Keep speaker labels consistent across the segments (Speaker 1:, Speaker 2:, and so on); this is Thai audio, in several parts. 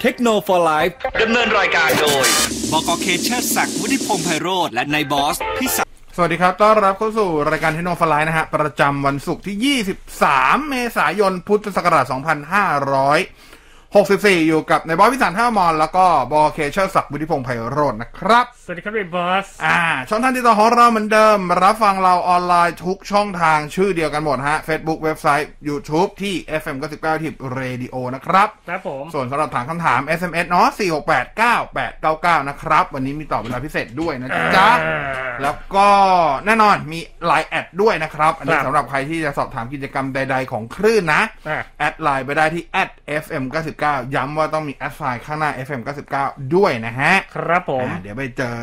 Speaker 1: เทคโนโลยีไลฟ์
Speaker 2: ดำเนินรายการโดย
Speaker 1: บกเคเชอร์ศักดิ์วุฒิพงษ์ไพโรธและนายบอสพิศักดิ์
Speaker 3: สวัสดีครับ ต้อนรับเข้าสู่รายการเทคโนโลยีนะฮะ ประจำวันศุกร์ที่ 23 เมษายน พุทธศักราช 2564 อยู่กับนายบอสวิสารท่ามอน แล้วก็บอเคเชอร์ศักดิ์วุฒิพงษ์ไพโรจน์นะครับ
Speaker 4: สวัสดีครับเรนบอส
Speaker 3: อ่า ช่องทางติดต่อของเราเหมือนเดิม รับฟังเราออนไลน์ทุกช่องทางชื่อเดียวกันหมดฮะ Facebook เว็บไซต์ YouTube ที่ FM 99ทิป Radio นะครับ
Speaker 4: ครับผม
Speaker 3: ส่วนสำหรับถามคำถาม SMS เนาะ4689899 นะครับ วันนี้มีตอบเวลาพิเศษด้วยนะจ๊ะ แล้วก็แน่นอนมีไลน์แอดด้วยนะครับ อันนี้สำหรับใครที่จะสอบถามกิจกรรมใด ๆ ของคลื่นนะ
Speaker 4: อ่ะ
Speaker 3: แอดไลน์ไปได้ที่ @fm99 ย้ำว่าต้องมีแอดไซน์ข้างหน้า fm99 ด้วยนะฮะ
Speaker 4: ครับผม
Speaker 3: อ่าเดี๋ยวไปเจอ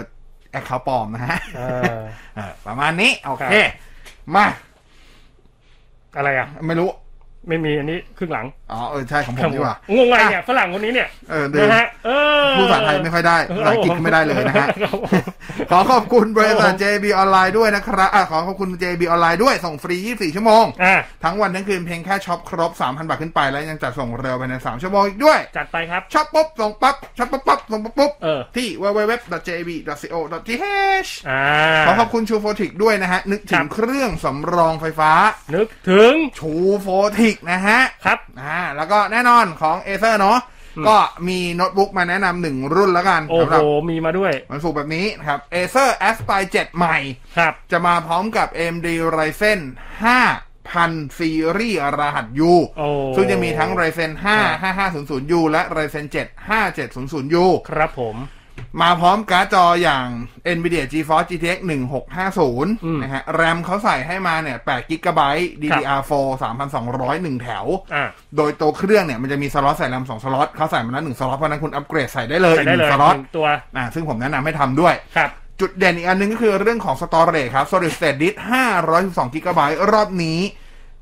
Speaker 3: แอดเขาปลอมนะฮะ
Speaker 4: เออ
Speaker 3: เออประมาณนี้ โอเค
Speaker 4: ครับ
Speaker 3: มา
Speaker 4: อะไรอ่ะ
Speaker 3: ไม่รู้
Speaker 4: ไม่มีอันนี้ครึ่งหลัง
Speaker 3: อ๋อ เออ ใช่ของผมดีกว่า
Speaker 4: งงไงเนี่ยฝรั่งคนนี้เนี่ย
Speaker 3: เออเดิน
Speaker 4: นะฮะเออ
Speaker 3: พูดภาษาไทยไม่ค่อยได้ภาษาอังกฤษก็ไม่ได้เลยนะฮะ
Speaker 4: ครับผม
Speaker 3: ขอขอบคุณบริษัท
Speaker 4: โอ้โห
Speaker 3: JB ออนไลน์ด้วยนะครับอ่ะขอขอบคุณ JB ออนไลน์ด้วย ส่งฟรี 24 ชั่วโมง
Speaker 4: อ่ะ
Speaker 3: ทั้งวันทั้งคืนเพียงแค่ช็อปครบ 3,000 บาทขึ้นไปแล้วยังจัดส่งเร็วภายใน 3 ชั่วโมงอีกด้วย
Speaker 4: จัดไปครับ
Speaker 3: ช็อปปุ๊บ ส่งปั๊บ ช็อปปุ๊บปั๊บส่งปุ๊บปุ๊บ
Speaker 4: เออ
Speaker 3: ที่ www.jb.co.th
Speaker 4: อ่า
Speaker 3: ขอขอบคุณชูโฟติกด้วยนะฮะ นึกถึ
Speaker 4: ครั
Speaker 3: ง
Speaker 4: บ
Speaker 3: เครื่องสำรองไฟฟ้า
Speaker 4: นึกถึง
Speaker 3: ชูโฟติกนะฮะ
Speaker 4: ครับ
Speaker 3: อ่าแล้วก็แน่นอนของเอเซอร์เนาะก็มีโน้ตบุ๊กมาแนะนำหนึ่งรุ่นแล้วกัน
Speaker 4: โอ้
Speaker 3: สำ
Speaker 4: โห
Speaker 3: หรับ
Speaker 4: มีมาด้วย
Speaker 3: มันสูกร์แบบนี้นะครับ Acer Aspire 7 ใหม่
Speaker 4: ครับ
Speaker 3: จะมาพร้อมกับ AMD Ryzen 5000 ซีรีส์รหัส U
Speaker 4: โอ้
Speaker 3: ซึ่งจะมีทั้ง Ryzen 5
Speaker 4: ครั
Speaker 3: 5500 U และ Ryzen 7 5700 U
Speaker 4: ครับผม
Speaker 3: มาพร้อมการ์ดจออย่าง NVIDIA GeForce GTX
Speaker 4: อืม
Speaker 3: 1650 นะฮะ แรมเขาใส่ให้มาเนี่ย 8 g b DDR4 3200 1 แถว
Speaker 4: อ่ะ
Speaker 3: โดยตัวเครื่องเนี่ยมันจะมีสล็อตใส่แรม2สล็อตเขาใส่มาแล้ว1สล็อตเพราะฉะนั้นคุณอัปเกรดใส่ได้เลย
Speaker 4: ใส่
Speaker 3: อีก
Speaker 4: ได้
Speaker 3: ห
Speaker 4: เล
Speaker 3: นึ่
Speaker 4: ย
Speaker 3: งสล็อต
Speaker 4: หนึ่งตัว
Speaker 3: อ่าซึ่งผมแนะนำให้ทำด้วย
Speaker 4: ครับ
Speaker 3: จุดเด่นอีกอันหนึงก็คือเรื่องของสตอเรจครับ Solid State Disk 512กิกะไบต์รอบนี้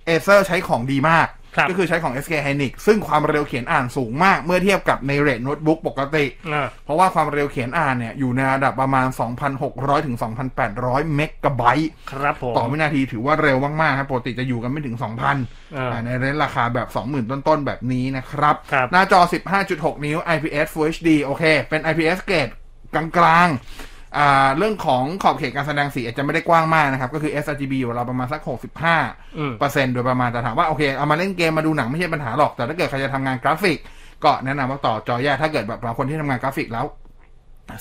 Speaker 3: เอเซอร์ใช้ของดีมาก
Speaker 4: ครับ
Speaker 3: ก็คือใช้ของ SK Hynix ซึ่งความเร็วเขียนอ่านสูงมากเมื่อเทียบกับในเรทโน้ตบุ๊กปกติ
Speaker 4: อ่ะ
Speaker 3: เพราะว่าความเร็วเขียนอ่านเนี่ย อยู่ในระดับประมาณ 2,600 ถึง 2,800 เมกะไบต์
Speaker 4: ครับผม
Speaker 3: ต่อวินาทีถือว่าเร็วมากๆครับปกติจะอยู่กันไม่ถึง 2,000
Speaker 4: อ่า
Speaker 3: อ่าในเรทราคาแบบ 20,000 ต้นๆ แบบนี้นะครับ
Speaker 4: ครับ
Speaker 3: หน้าจอ 15.6 นิ้ว IPS Full HD โอเค เป็น IPS เกรดกลางๆอ่าเรื่องของขอบเขตการแสดงสีอาจจะไม่ได้กว้างมากนะครับ ก็คือ sRGB อยู่เราวประมาณสัก
Speaker 4: อืม
Speaker 3: 65เปอร์เซ็นต์โดยประมาณแต่ถามว่าโอเค เอามาเล่นเกมมาดูหนังไม่ใช่ปัญหาหรอก แต่ถ้าเกิดใครจะทำงานกราฟิก ก็แนะนำว่าต่อจอแยกถ้าเกิดแบบบางคนที่ทำงานกราฟิกแล้ว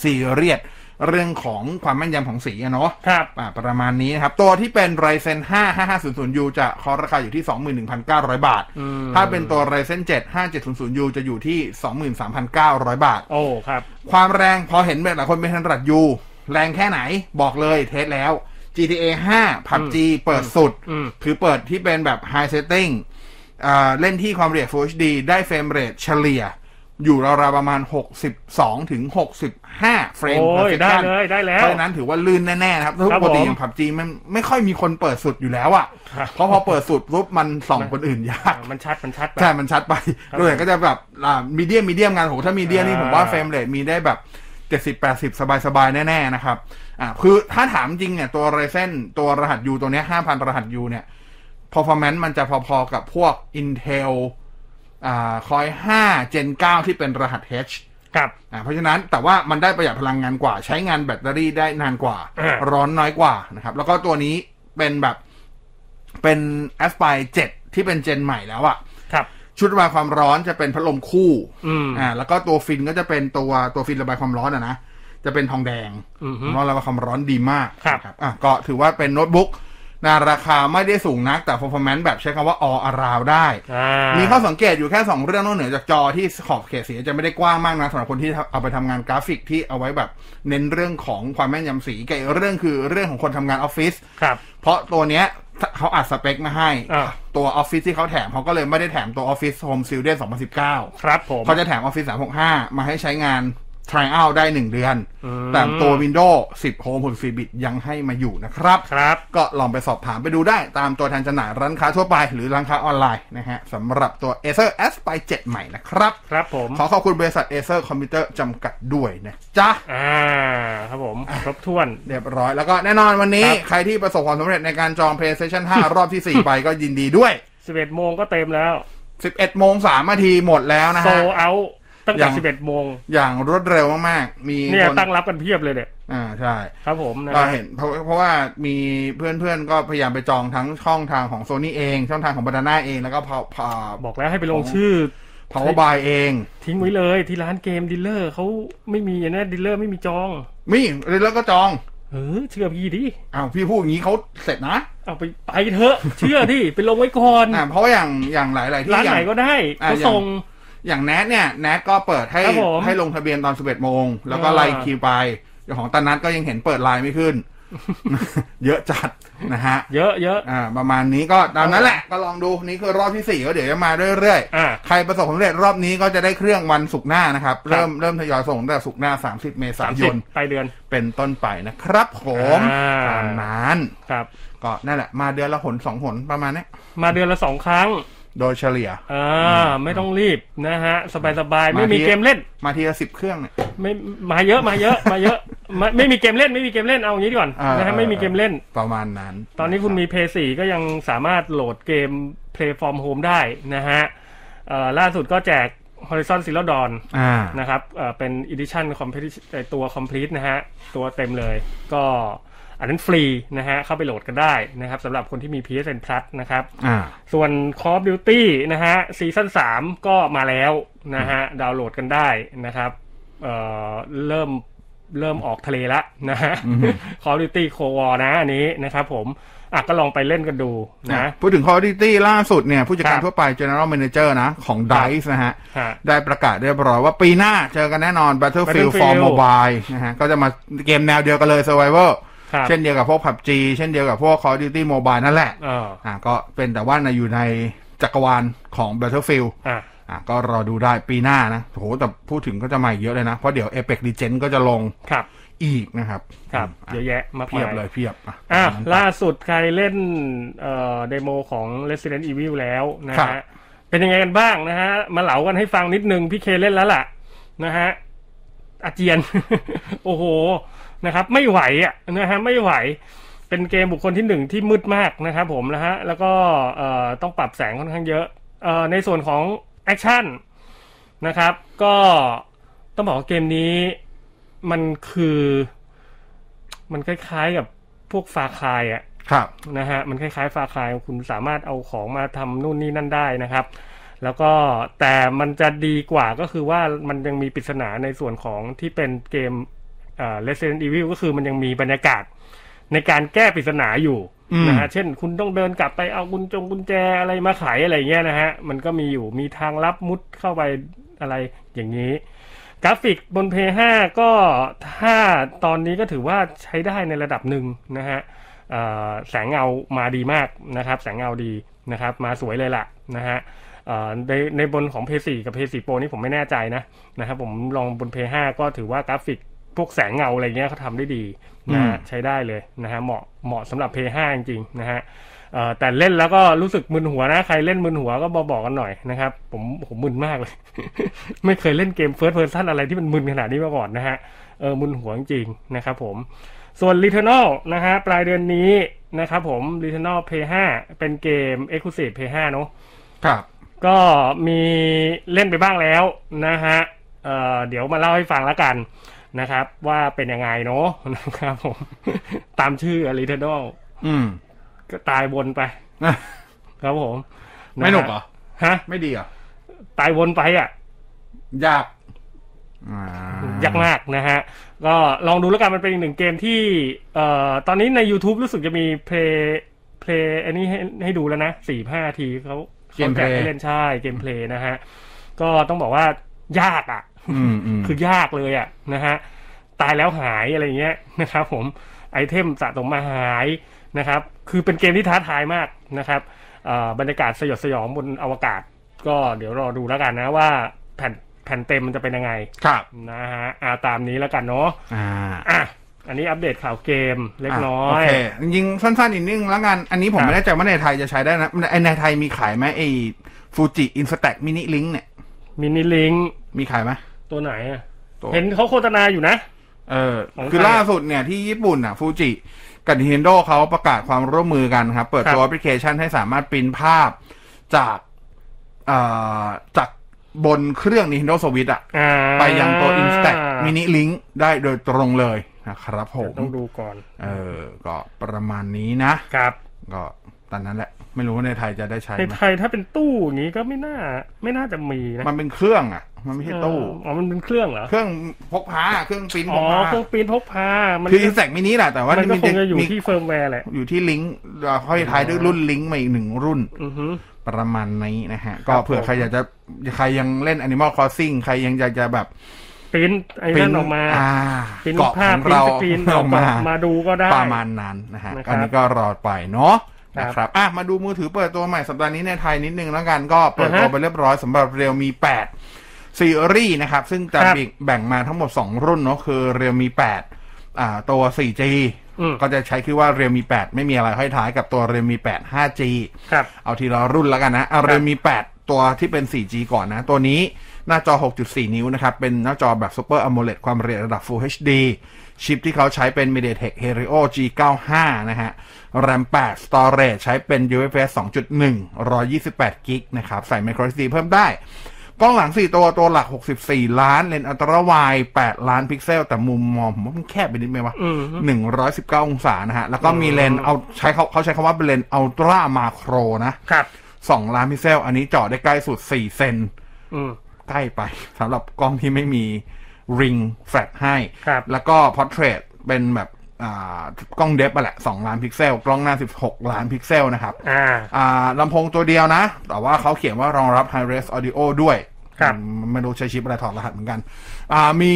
Speaker 3: ซีเรียสเรื่องของความแม่นยำของสีอะเนาะ
Speaker 4: ครับ
Speaker 3: อ่าประมาณนี้นะครับ ตัวที่เป็น Ryzen 5 5500U จะคอราคาอยู่ที่ 21,900 บาท
Speaker 4: อืม
Speaker 3: ถ้าเป็นตัว Ryzen 7 5700U จะอยู่ที่ 23,900 บาท
Speaker 4: โอ้ ครับ
Speaker 3: ความแรงพอเห็นแบบหลายคนเป็นทันรัด U แรงแค่ไหนบอกเลยเทสแล้ว GTA 5 PUBG เปิดสุด
Speaker 4: อืม
Speaker 3: คือเปิดที่เป็นแบบ High Setting อ่าเล่นที่ความละเอียด Full HD ได้เฟรมเรทเฉลี่ย อยู่ราวๆประมาณ 62ถึง65 เฟรม
Speaker 4: โอ้ย ได้เลย ได้แล้ว
Speaker 3: เพราะฉะนั้นถือว่าลื่นแน่ๆนะครับเพราะ
Speaker 4: ครับ
Speaker 3: ปกติ
Speaker 4: ผม
Speaker 3: อย่างผับจีมันไม่ค่อยมีคนเปิดสุดอยู่แล้วอะ
Speaker 4: ครับ
Speaker 3: เพราะพอเปิดสุดปุ๊บมันส่องคนอื่นยาก
Speaker 4: อ่ะมันชัด มันชัดไป
Speaker 3: ใช่ มันชัดไปโดยก็จะแบบมีเดียมมีเดียมงานโหถ้ามีเดียมนี่
Speaker 4: อ่า
Speaker 3: ผมว่าเฟรมเรทมีได้แบบ 70 80 สบายๆ แน่ๆ นะครับ อ่าคือถ้าถามจริงเนี่ย ตัว Ryzen ตัวรหัส U ตัวเนี้ย5,000 รหัส U เนี่ย performance มันจะพอๆ กับพวก Intel อ่า Core 5 Gen 9 ที่เป็นรหัส H
Speaker 4: ครับ
Speaker 3: อ่าเพราะฉะนั้นแต่ว่ามันได้ประหยัดพลังงานกว่า ใช้งานแบตเตอรี่ได้นานกว่า
Speaker 4: อ่า
Speaker 3: ร้อนน้อยกว่านะครับ แล้วก็ตัวนี้เป็นแบบเป็น Aspire 7 ที่เป็นเจนใหม่แล้วอะ
Speaker 4: ครับ
Speaker 3: ชุดระบายความร้อนจะเป็นพัดลมคู่
Speaker 4: อืม
Speaker 3: อ่าแล้วก็ตัวฟินก็จะเป็นตัวตัวฟินระบายความร้อนอะนะ จะเป็นทองแดง
Speaker 4: อือฮึ
Speaker 3: ร้อนระบายความร้อนดีมาก
Speaker 4: ครับ
Speaker 3: นะอ่ะก็ถือว่าเป็นโน้ตบุ๊กนาราคาไม่ได้สูงนัก แต่ performance แบบใช้คำว่า all around ได้
Speaker 4: า
Speaker 3: มีข้อสังเกตอยู่แค่ 2 เรื่องนอกเหนือจากจอที่ขอบเขตสีจะไม่ได้กว้างมากนะสำหรับคนที่เอาไปทำงานกราฟิกที่เอาไว้แบบเน้นเรื่องของความแม่นยำสีกับอีกเรื่องคือเรื่องของคนทำงานออฟฟิศ
Speaker 4: ครับ
Speaker 3: เพราะตัวเนี้ยเขาอัดสเปคมาให้
Speaker 4: อ่า
Speaker 3: ตัวออฟฟิศที่เขาแถมเขาก็เลยไม่ได้แถมตัวออฟฟิศโฮมซิลเดน2019
Speaker 4: ครับผม
Speaker 3: เขาจะแถม Office 365 มาให้ใช้งาน Trial ได้ 1 เดือน
Speaker 4: อืม
Speaker 3: แต่ตัว Windows 10 Home 64 bit ยังให้มาอยู่นะครับ
Speaker 4: ครับ
Speaker 3: ก็ลองไปสอบถามไปดูได้ตามตัวแทนจำหน่ายร้านค้าทั่วไปหรือร้านค้าออนไลน์นะฮะสำหรับตัว Acer Aspire 7 ใหม่นะครับ
Speaker 4: ครับผม
Speaker 3: ขอขอบคุณบริษัท Acer คอมพิวเตอร์จำกัดด้วยนะจ๊ะ
Speaker 4: อ่า ครับผม ครบถ้วน
Speaker 3: เรียบร้อยแล้วก็แน่นอนวันนี้
Speaker 4: ครับ
Speaker 3: ใครที่ประสบความสำเร็จในการจอง PlayStation 5 รอบทีสี่ 4 ไปก็ยินดีด้วย
Speaker 4: 11โมงก็เต็มแล้ว
Speaker 3: 11โมง3นาทีหมดแล้วนะ
Speaker 4: โซ
Speaker 3: ฮะ
Speaker 4: เอา ตั้ง
Speaker 3: อ
Speaker 4: แต่
Speaker 3: ย่าง
Speaker 4: สิบเอ็ดโมง
Speaker 3: อย่างรวดเร็วมากๆ มี
Speaker 4: เนี่ย
Speaker 3: คน
Speaker 4: ตั้งรับกันเพียบเลยเนี่ย
Speaker 3: อ่าใช่
Speaker 4: ครับผมนะ
Speaker 3: ก็
Speaker 4: ฮะ
Speaker 3: เห็นเพราะเพราะว่ามีเพื่อนๆ ก็พยายามไปจองทั้งช่องทางของโซนี่เอง ช่องทางของบานาน่าเองแล้วก็พาพา
Speaker 4: บอกแล้วให้ไปลงชื่อ
Speaker 3: พาวเวอร์บายเอง
Speaker 4: ทิ้งไว้เลยที่ร้านเกมดีลเลอร์เขาไม่มีอย่างนั้นดีลเลอร์ไม่มีจอง
Speaker 3: มีแล้วก็จอง
Speaker 4: เออเชื่อพี่ดิ
Speaker 3: อ้าวพี่พูดอย่างนี้เขาเสร็จนะ
Speaker 4: เอาไปไปเถ อะ เชื่อดิไปลงไว้ก่อน
Speaker 3: อ่าเพราะว่าอย่างอย่างหลายๆที่
Speaker 4: ร้าน
Speaker 3: อย่า
Speaker 4: ไหน
Speaker 3: ง
Speaker 4: ก็ได้
Speaker 3: อ่ะ
Speaker 4: เขาส่ง
Speaker 3: อย่างแนทเนี่ยแนทก็เปิดให้
Speaker 4: ครับผม
Speaker 3: ให้ลงทะเบียนตอน 11โมง แล้วก็
Speaker 4: อ่า
Speaker 3: ไล่คิวไปเจ้าของตานัทก็ยังเห็นเปิดไลน์ไม่ขึ้น เยอะจัดนะฮะ
Speaker 4: เยอะเยอะ
Speaker 3: อ่า ประมาณนี้ก็ตามนั้นแหละก็ลองดูนี่คือรอบที่สี่ก็เดี๋ยวจะมาเรื่อย
Speaker 4: อ่ะ
Speaker 3: ๆ ใครประสบความสำเร็จรอบนี้ก็จะได้เครื่องวันศุกร์หน้านะครับ เริ่มเริ่มทยอยส่งตั้งแต่ศุกร์หน้า 30 เมษา
Speaker 4: สาม
Speaker 3: ย
Speaker 4: สิบ
Speaker 3: น
Speaker 4: ไปเดือน
Speaker 3: เป็นต้นไปนะครับผม
Speaker 4: อ่า
Speaker 3: ตามนั้น
Speaker 4: ครับ
Speaker 3: ก็นั่นแหละมาเดือนละหนสองหนประมาณเนี้ย
Speaker 4: มาเดือนละสองครั้ง
Speaker 3: โดยเฉลี่ย
Speaker 4: อ่าไม่ต้องรีบนะฮะ สบายสบายๆไม่
Speaker 3: มามี
Speaker 4: มีเกมเล่น
Speaker 3: มาทีละสิบเครื่องเนี่ย
Speaker 4: ไม่มาเยอะมาเยอะมาเยอะ ไม่ไม่มีเกมเล่นไม่มีเกมเล่นเอาอย่างนี้ดีกว่อน
Speaker 3: อ่าน
Speaker 4: นะฮะ
Speaker 3: อ่า
Speaker 4: ไม่มีเกมเล่น
Speaker 3: ประมาณนั้น
Speaker 4: ตอนนี้คุณ
Speaker 3: รับ
Speaker 4: มี p พ4ก็ยังสามารถโหลดเกม Play from Home ได้นะฮะเอ่อล่าสุดก็แจก Horizon Zero Dawn
Speaker 3: อ่า
Speaker 4: นะครับเอ่อเป็น Edition Complete เอ่อตัว Complete นะฮะ ตัวเต็มเลยก็อันนั้นฟรีนะฮะ เข้าไปโหลดกันได้นะครับสำหรับคนที่มี PSN Plus นะครับ
Speaker 3: อ่า
Speaker 4: ส่วน Call of Duty นะฮะซีซั่น3ก็มาแล้วนะฮะ ดาวน์โหลดกันได้นะครับเอ่อเริ่มเริ่มออกทะเลละนะฮะ Call of Duty Cold War นะอันนี้นะครับผมอ่ะก็ลองไปเล่นกันดูนะ
Speaker 3: พูดถึง Call of Duty ล่าสุดเนี่ย ผู้จัดการ
Speaker 4: ครับ
Speaker 3: ทั่วไป General Manager นะ ของ DICE นะฮะ
Speaker 4: ฮะ
Speaker 3: ได้ประกาศเรียบร้อยว่าปีหน้าเจอกันแน่นอน Battlefield for
Speaker 4: Battlefield
Speaker 3: Mobile นะฮะ ก็จะมาเกมแนวเดียวกันเลย Survivor
Speaker 4: ครับ
Speaker 3: เช่นเดียวกับพวก PUBG เช่นเดียวกับพวก Call of Duty Mobile นั่นแหละ
Speaker 4: อ่า
Speaker 3: อ่า ก็เป็นแต่ว่าในอยู่ในจักรวาลของ Battlefield
Speaker 4: อ่ะ
Speaker 3: อ่าก็รอดูได้ปีหน้านะโหแต่พูดถึงก็จะมาอีกเยอะเลยนะ เพราะเดี๋ยว Apex Legends ก็จะลง
Speaker 4: ครับ
Speaker 3: อีกนะครับ
Speaker 4: ครับ
Speaker 3: อ่ะ
Speaker 4: เยอะแยะมาก
Speaker 3: เพียบ
Speaker 4: มา
Speaker 3: เลยเพียบอ่ะ
Speaker 4: อ่ะ
Speaker 3: ตมนั้นไป
Speaker 4: ล่าสุดใครเล่นเอ่อเดโมของ Resident Evil แล้วนะครับ ฮะเป็นยังไงกันบ้างนะฮะ มาเหลากันให้ฟังนิดนึง พี่เคเล่นแล้วล่ะนะฮะอาเจียน โอ้โหนะครับ ไม่ไหวอ่ะนะฮะไม่ไหว เป็นเกมบุคคลที่หนึ่งที่มืดมากนะครับผมนะฮะแล้วก็เอ่อต้องปรับแสงค่อนข้างเยอะเอ่อในส่วนของแอคชั่นนะครับ ก็ต้องบอกว่าเกมนี้มันคือ มันคล้ายๆกับพวกฟาคายอะ
Speaker 3: ครับ
Speaker 4: นะฮะมันคล้ายๆฟาคายคุณสามารถเอาของมาทำนู่นนี่นั่นได้นะครับ แล้วก็แต่มันจะดีกว่าก็คือว่ามันยังมีปริศนาในส่วนของที่เป็นเกมเอ่อ Resident Evil ก็คือมันยังมีบรรยากาศในการแก้ปริศนาอยู่
Speaker 3: อืม
Speaker 4: นะฮะเช่นคุณต้องเดินกลับไปเอากุญจงกุญแจอะไรมาไขายอะไรเงี้ยนะฮะมันก็มีอยู่มีทางลับมุดเข้าไปอะไรอย่างนี้ กราฟิกบน p 5ก็ถ้าตอนนี้ก็ถือว่าใช้ได้ในระดับหนึ่งนะฮะเอ่อแสงเงามาดีมากนะครับ แสงเงาดีนะครับ มาสวยเลยล่ะนะฮะเอ่อในในบนของ p 4กับ p 4 Pro นี่ผมไม่แน่ใจนะนะครับผมลองบน p 5ก็ถือว่ากราฟิกพวกแสงเงาอะไรเงี้ยเขาทำได้ดีนะฮะ
Speaker 3: อืม
Speaker 4: ใช้ได้เลยนะฮะเหมาะเหมาะสำหรับ p 5จริงๆนะฮะเอ่อแต่เล่นแล้วก็รู้สึกมึนหัวนะ ใครเล่นมึนหัวก็บอกบอกกันหน่อยนะครับ ผมผมมึนมากเลย ไม่เคยเล่นเกม First Person อะไรที่มันมึนขนาดนี้มาก่อนนะฮะ เออมึนหัวจริงๆนะครับผม ส่วน Returnal นะฮะ ปลายเดือนนี้นะครับผม Returnal Play 5 เป็นเกม Exclusive Play 5เนอะ
Speaker 3: ครับ
Speaker 4: ก็มีเล่นไปบ้างแล้วนะฮะเอ่อเดี๋ยวมาเล่าให้ฟังแล้วกันนะครับ ว่าเป็นยังไงเนอะ นะครับผม ตามชื่อ Returnal
Speaker 3: อืม
Speaker 4: ก็ตายวนไป
Speaker 3: อ่ะ
Speaker 4: ครับผมะ
Speaker 3: ไม่
Speaker 4: ฮะ
Speaker 3: หนุกเหรอ
Speaker 4: ฮะ
Speaker 3: ไม่ดีเหรอ
Speaker 4: ตายวนไปอ่ะ
Speaker 3: ยาก
Speaker 4: ยากมากนะฮะ ก็ลองดูแล้วกันมันเป็นอีกหนึ่งเกมที่เอ่อตอนนี้ใน YouTube รู้สึกจะมี play play อันนี้ให้ให้ดูแล้วนะสี่ห้าทีเขาเขาแจกให้เล่นใช่เกมเพลย์นะฮะ ก็ต้องบอกว่ายากอ่ะ
Speaker 3: อืมอืม
Speaker 4: คือยากเลยอ่ะนะฮะ ตายแล้วหายอะไรเงี้ยนะครับผมไอเทมสะสมมาหายนะครับ คือเป็นเกมที่ท้าทายมากนะครับเอ่อบรรยากาศสยดสยองบนอวกาศ ก็เดี๋ยวรอดูแล้วกันนะว่าแผ่นแผ่นเต็มมันจะเป็นยังไง
Speaker 3: ครับ
Speaker 4: นะฮะอาตามนี้แล้วกันเนาะ
Speaker 3: อ่า
Speaker 4: อ่ะอันนี้อัปเดตข่าวเกมเล็กน้อย
Speaker 3: โอเคจริงๆสั้นๆอีกนิดนึงแล้วกัน อันนี้ผม
Speaker 4: ครับ
Speaker 3: ไม่แน่ใจว่าในไทยจะใช้ได้นะไอ้ในไทยมีขายไหมไอ้ฟูจิอินสแต็กมินิลิงเนี่ย
Speaker 4: มินิลิง
Speaker 3: มีขายไหม
Speaker 4: ตัวไหนอะ
Speaker 3: ตัว
Speaker 4: เห็นเขาโฆษณาอยู่นะ
Speaker 3: เออ
Speaker 4: ของไทย
Speaker 3: คือล่าสุดเนี่ยที่ญี่ปุ่นอ่ะฟูจิกับ Nintendo เขาประกาศความร่วมมือกันครับ เปิด
Speaker 4: ครับ
Speaker 3: ตัวแอปพลิเคชันให้สามารถปริ้นภาพจากเอ่อจาก บนเครื่อง Nintendo Switch อะ
Speaker 4: อ่า
Speaker 3: ไปยังตัว Instax Mini Link ได้โดยตรงเลยนะครับผม
Speaker 4: ต้องดูก่อน
Speaker 3: เออก็ประมาณนี้นะ
Speaker 4: ครับ
Speaker 3: ก็ตอนนั้นแหละ ไม่รู้ว่าในไทยจะได้ใช้
Speaker 4: ใน
Speaker 3: ไหม
Speaker 4: ไทยถ้าเป็นตู้อย่างนี้ก็ไม่น่า ไม่น่าจะมีนะ
Speaker 3: มันเป็นเครื่องอ่ะ มันไม่ใช่ตู้
Speaker 4: เอออ๋อมันเป็นเครื่องเหรอ
Speaker 3: เครื่องพกพาเครื่องปริ้นท์พ
Speaker 4: อ๋อก
Speaker 3: พา
Speaker 4: เครื่องปริ้นท์พกพามัน
Speaker 3: คืออินแ c กมินิแหละแต่ว่า
Speaker 4: มันก็
Speaker 3: มั
Speaker 4: คงจะอยู่
Speaker 3: มี
Speaker 4: ที่เฟิร์มแวร์แหละ
Speaker 3: อยู่ที่ลิงก์เราค่อยท้ายด้วยรุ่นลิงก์มาอีกหนึ่งรุ่น
Speaker 4: อือฮึ
Speaker 3: ประมาณนี้นะฮะ ก็
Speaker 4: ครับ
Speaker 3: เผื่อ
Speaker 4: ผม
Speaker 3: ใครอยากจะใครยังเล่น Animal Crossing ใครยังอยากจะแบบ
Speaker 4: ปริ้นท์ไอ้นั่นออกมา
Speaker 3: อ่
Speaker 4: ปริ้นท์
Speaker 3: เกาะ
Speaker 4: ภาพ
Speaker 3: ของ
Speaker 4: ปริ้น
Speaker 3: เราอ
Speaker 4: ท์สกรีน
Speaker 3: อกมา
Speaker 4: มาดูก็ได้
Speaker 3: ประมาณนั้นนะฮะ
Speaker 4: นะครับ
Speaker 3: อันนี้ก็รอไปเนาะ
Speaker 4: ครับ
Speaker 3: นะครับอ่ะมาดูมือถือเปิดตัวใหม่สัปดาห์นี้ในไทยนิดนึงแล้วกันก็เปิดตัว
Speaker 4: อ่าฮะ
Speaker 3: ไปเรียบร้อยสำหรับเรียวมี 8 ซีรีส์นะครับ ซึ่งจะ
Speaker 4: ครับ
Speaker 3: แบ่งแบ่งมาทั้งหมด 2 รุ่นเนาะคือเรียวมี 8 อ่าตัว 4G
Speaker 4: อืม
Speaker 3: ก็จะใช้คือว่าเรียวมี 8 ไม่มีอะไรให้ท้ายกับตัวเรียวมี 8 5G
Speaker 4: ครับ
Speaker 3: เอาทีละรุ่นแล้วกันนะเอาเรมี 8 ตัวที่เป็น 4G ก่อนนะ ตัวนี้หน้าจอ 6.4 นิ้วนะครับ เป็นหน้าจอแบบ Super AMOLED ความละเอียดระดับ Full HD ชิปที่เขาใช้เป็น MediaTek Helio G95 นะฮะ RAM 8 Storage ใช้เป็น UFS 2.1 128 g b นะครับ ใส่ Micro SD เพิ่มได้ กล้องหลัง 4 ตัวตัวหลัก 64 ล้าน เลนส์อัลตราไวด์ 8 ล้านพิกเซล แต่มุมมองผมว่ามันแคบไปนิดไหมวะ
Speaker 4: อืม
Speaker 3: 119 องศานะฮะ แล้วก็มีเลนส์เอาใช้เขาเขาใช้คำว่าเป็นเลนส์อัลตรามาโครนะ
Speaker 4: ครับ
Speaker 3: สองล้านพิกเซล อันนี้เจาะได้ใกล้สุดสี่เซน
Speaker 4: อืม
Speaker 3: ใกล้ไป สำหรับกล้องที่ไม่มีริงแฟลชให้
Speaker 4: ครับ
Speaker 3: แล้วก็พอ r t เทรตเป็นแบบอ่ากล้องเดฟอะแหละสองล้านพิกเซล กล้องหน้า 16 ล้านพิกเซลนะครับ
Speaker 4: อ่า
Speaker 3: อ่าลำโพงตัวเดียวนะ แต่ว่าเขาเขียนว่ารองรับ High Res Audio ด้วย
Speaker 4: ครับ
Speaker 3: อืมไม่รู้ใช้ชิปอะไรถอดรหัสเหมือนกัน อ่ามี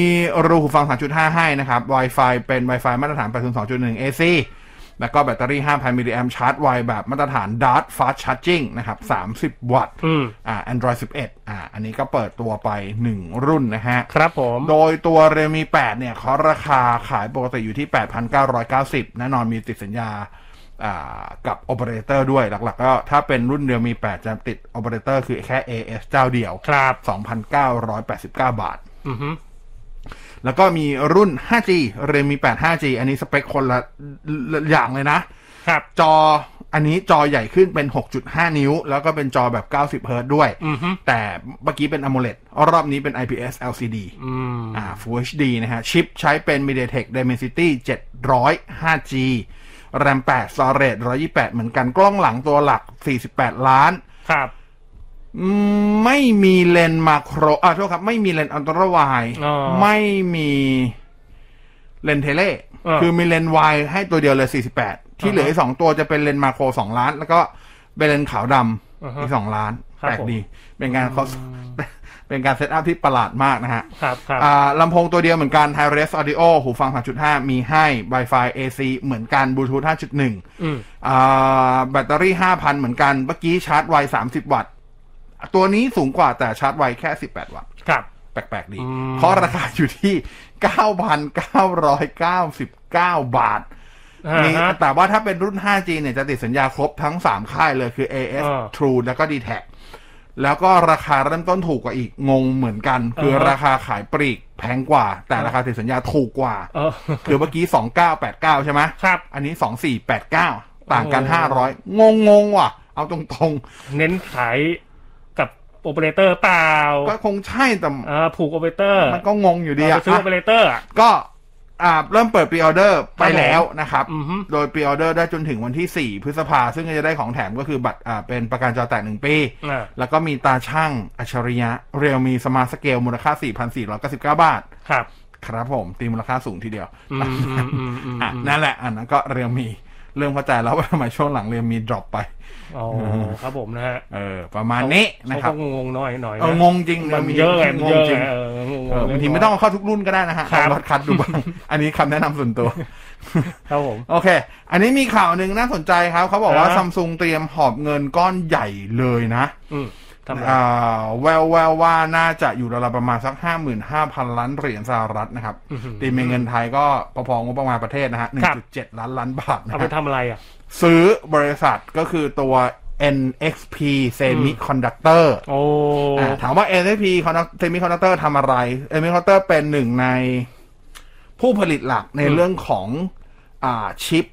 Speaker 3: รูหูฟัง 3.5 ให้นะครับ Wi-Fi เป็น Wi-Fi มาตรฐาน 802.1 AC แล้วก็แบตเตอรี่ 5,000 มิลลิแอมชาร์จไวแบบมาตรฐาน Dart Fast Charging นะครับ 30 วัตต์
Speaker 4: อืม
Speaker 3: อ่า Android 11 อ่า อันนี้ก็เปิดตัวไป 1 รุ่นนะฮะ
Speaker 4: ครับผม
Speaker 3: โดยตัวเรมี 8 เนี่ยเขาราคาขายปกติอยู่ที่ 8,990 แน่นอนมีติดสัญญาอ่ากับโอเปอเรเตอร์ด้วยหลักๆ ก็ถ้าเป็นรุ่นเดียวมี 8 จะติดโอเปอเรเตอร์คือแค่ AS เจ้าเดียว
Speaker 4: ครั
Speaker 3: 2,989
Speaker 4: บ
Speaker 3: บาท
Speaker 4: อือฮึ
Speaker 3: แล้วก็มีรุ่น 5G เรมี 8 5G อันนี้สเปคคนละละอย่างเลยนะ
Speaker 4: ครับ
Speaker 3: จออันนี้จอใหญ่ขึ้นเป็น 6.5 นิ้ว แล้วก็เป็นจอแบบ 90 เฮิร์ตซ์ด้วย
Speaker 4: อือฮึ
Speaker 3: แต่เมื่อกี้เป็น AMOLED รอบนี้เป็น IPS LCD
Speaker 4: อืม
Speaker 3: อ่า Full HD นะฮะ ชิปใช้เป็น MediaTek Dimensity 700 5G RAM 8 Storage 128 เหมือนกันกล้องหลังตัวหลัก 48 ล้าน
Speaker 4: ครับ
Speaker 3: อืมไม่มีเลนส์มาโครอ่าโทษครับ ไม่มีเลนส์อัลตราไวด์
Speaker 4: อ๋อ
Speaker 3: ไม่มีเลนส์เทเล
Speaker 4: อ่า
Speaker 3: คือมีเลนส์ไวด์ให้ตัวเดียวเลย 48 ที่เหลืออีกสองตัวจะเป็นเลนส์มาโคร 2 ล้าน แล้วก็เป็นเลนส์ขาว
Speaker 4: อ่า
Speaker 3: ดำ
Speaker 4: ฮะ
Speaker 3: อีกสองล้าน
Speaker 4: ครับ
Speaker 3: แปลก
Speaker 4: ผม
Speaker 3: ดีเป็นการเขาเป็นการเซตอัพที่ประหลาดมากนะฮะ
Speaker 4: ครับ ครับ
Speaker 3: อ่าลำโพงตัวเดียวเหมือนกัน High Res Audio หูฟัง 3.5 มีให้ Wi-Fi AC เหมือนกัน Bluetooth 5.1
Speaker 4: อืม
Speaker 3: อ่าแบตเตอรี่ 5,000 เหมือนกัน เมื่อกี้ชาร์จไว 30 วัตต์ ตัวนี้สูงกว่าแต่ชาร์จไวแค่ 18 วัตต์
Speaker 4: ครับ
Speaker 3: แปลกๆ ดี
Speaker 4: อืม
Speaker 3: เพราะราคาอยู่ที่ 9,999 บาท
Speaker 4: อ่า
Speaker 3: มี
Speaker 4: ฮะ
Speaker 3: แต่ว่าถ้าเป็นรุ่น 5G เนี่ยจะติดสัญญาครบทั้ง 3 ค่ายเลยคือ AS
Speaker 4: อ่า
Speaker 3: True แล้วก็ d t แทแล้วก็ราคาเริ่มต้นถูกกว่าอีกงงเหมือนกัน คือ
Speaker 4: อ่าฮะ
Speaker 3: ราคาขายปลีกแพงกว่า แต่ราคาติดสัญญาถูกกว่า
Speaker 4: เออ
Speaker 3: คือเมื่อกี้ 2989 ใช่ไหม
Speaker 4: ครับ
Speaker 3: อันนี้ 2489 ต่างกัน
Speaker 4: โอ้
Speaker 3: 500 งงงงๆว่ะ เอาตรง
Speaker 4: เน้นขายกับโอเปอเรเตอร์เปล่า
Speaker 3: ๆ ก็คงใช่แต่
Speaker 4: อ่าผูกโอเปอเรเตอร์
Speaker 3: มันก็งงอยู่ดี
Speaker 4: เราไป
Speaker 3: อะ
Speaker 4: ซื้อโอเปอเรเตอร์อะ
Speaker 3: ก็อ่าเริ่มเปิด p รีออเดอร์ไป
Speaker 4: ครับผม
Speaker 3: แล้วนะครับ
Speaker 4: อือฮึ
Speaker 3: โดยป r ีออเดอร์ได้จนถึงวันที่ 4 พฤษภา ซึ่งก็จะได้ของแถมก็คือบัตรอ่าเป็นประกันจอแตก1ปี
Speaker 4: อ่า
Speaker 3: แล้วก็มีตาช่างอัจฉริยะ เรียวมีสมาร์ทสเกลมูลค่า 4,499 บาท
Speaker 4: ครับ
Speaker 3: ครับผม ตีมูลค่าสูงทีเดียว
Speaker 4: อืมอืมอืมอืม
Speaker 3: อ่ะ นั่นแหละ อันนั้นก็เรียวมี เริ่มเข้าใจแล้วว่าทำไมช่วงหลังเรียวมีดรอปไป
Speaker 4: อ๋อครับผมนะฮะ
Speaker 3: เออ ประมาณนี้นะครั
Speaker 4: เขา
Speaker 3: บ
Speaker 4: ก็งงๆหน่อยหน่อย
Speaker 3: เอองงจริง
Speaker 4: มัน
Speaker 3: รีว
Speaker 4: เยอะไงมัน
Speaker 3: ง
Speaker 4: เย
Speaker 3: งจริง
Speaker 4: อะไงเอองงๆ
Speaker 3: เออบางทีไม่ต้องเอาเข้าทุกรุ่นก็ได้นะฮะ
Speaker 4: ครับ
Speaker 3: เอาลดคัดดูบ้าง อันนี้คำแนะนำส่วนตัว
Speaker 4: ครับผม
Speaker 3: โอเค อันนี้มีข่าวหนึ่งน่าสนใจครับ เขาบอกว่า
Speaker 4: อ่า
Speaker 3: ซัมซุงเตรียมหอบเงินก้อนใหญ่เลยนะ
Speaker 4: อืมทำอะไร
Speaker 3: อ่าแววแววๆว่าน่าจะอยู่ราวๆประมาณสักห้าหมื่นห้าพันล้านเหรียญสหรัฐนะครับ
Speaker 4: อื้อหือ
Speaker 3: ตีเป็นเงินไทยก็พอๆงบประมาณประเทศนะฮะหนึ่
Speaker 4: ค
Speaker 3: ง
Speaker 4: รับ
Speaker 3: จุดเจ็ดล้านล้านบาทนะ
Speaker 4: เอาไป
Speaker 3: ฮะ
Speaker 4: ทำอะไรอ่ะ
Speaker 3: ซื้อบริษัทก็คือตัว NXP Semiconductor
Speaker 4: โอ้
Speaker 3: อ่าถามว่า NXP Semiconductor ทำอะไร Semiconductor เป็นหนึ่งในผู้ผลิตหลักใน
Speaker 4: อืม
Speaker 3: เรื่องของอ่าชิป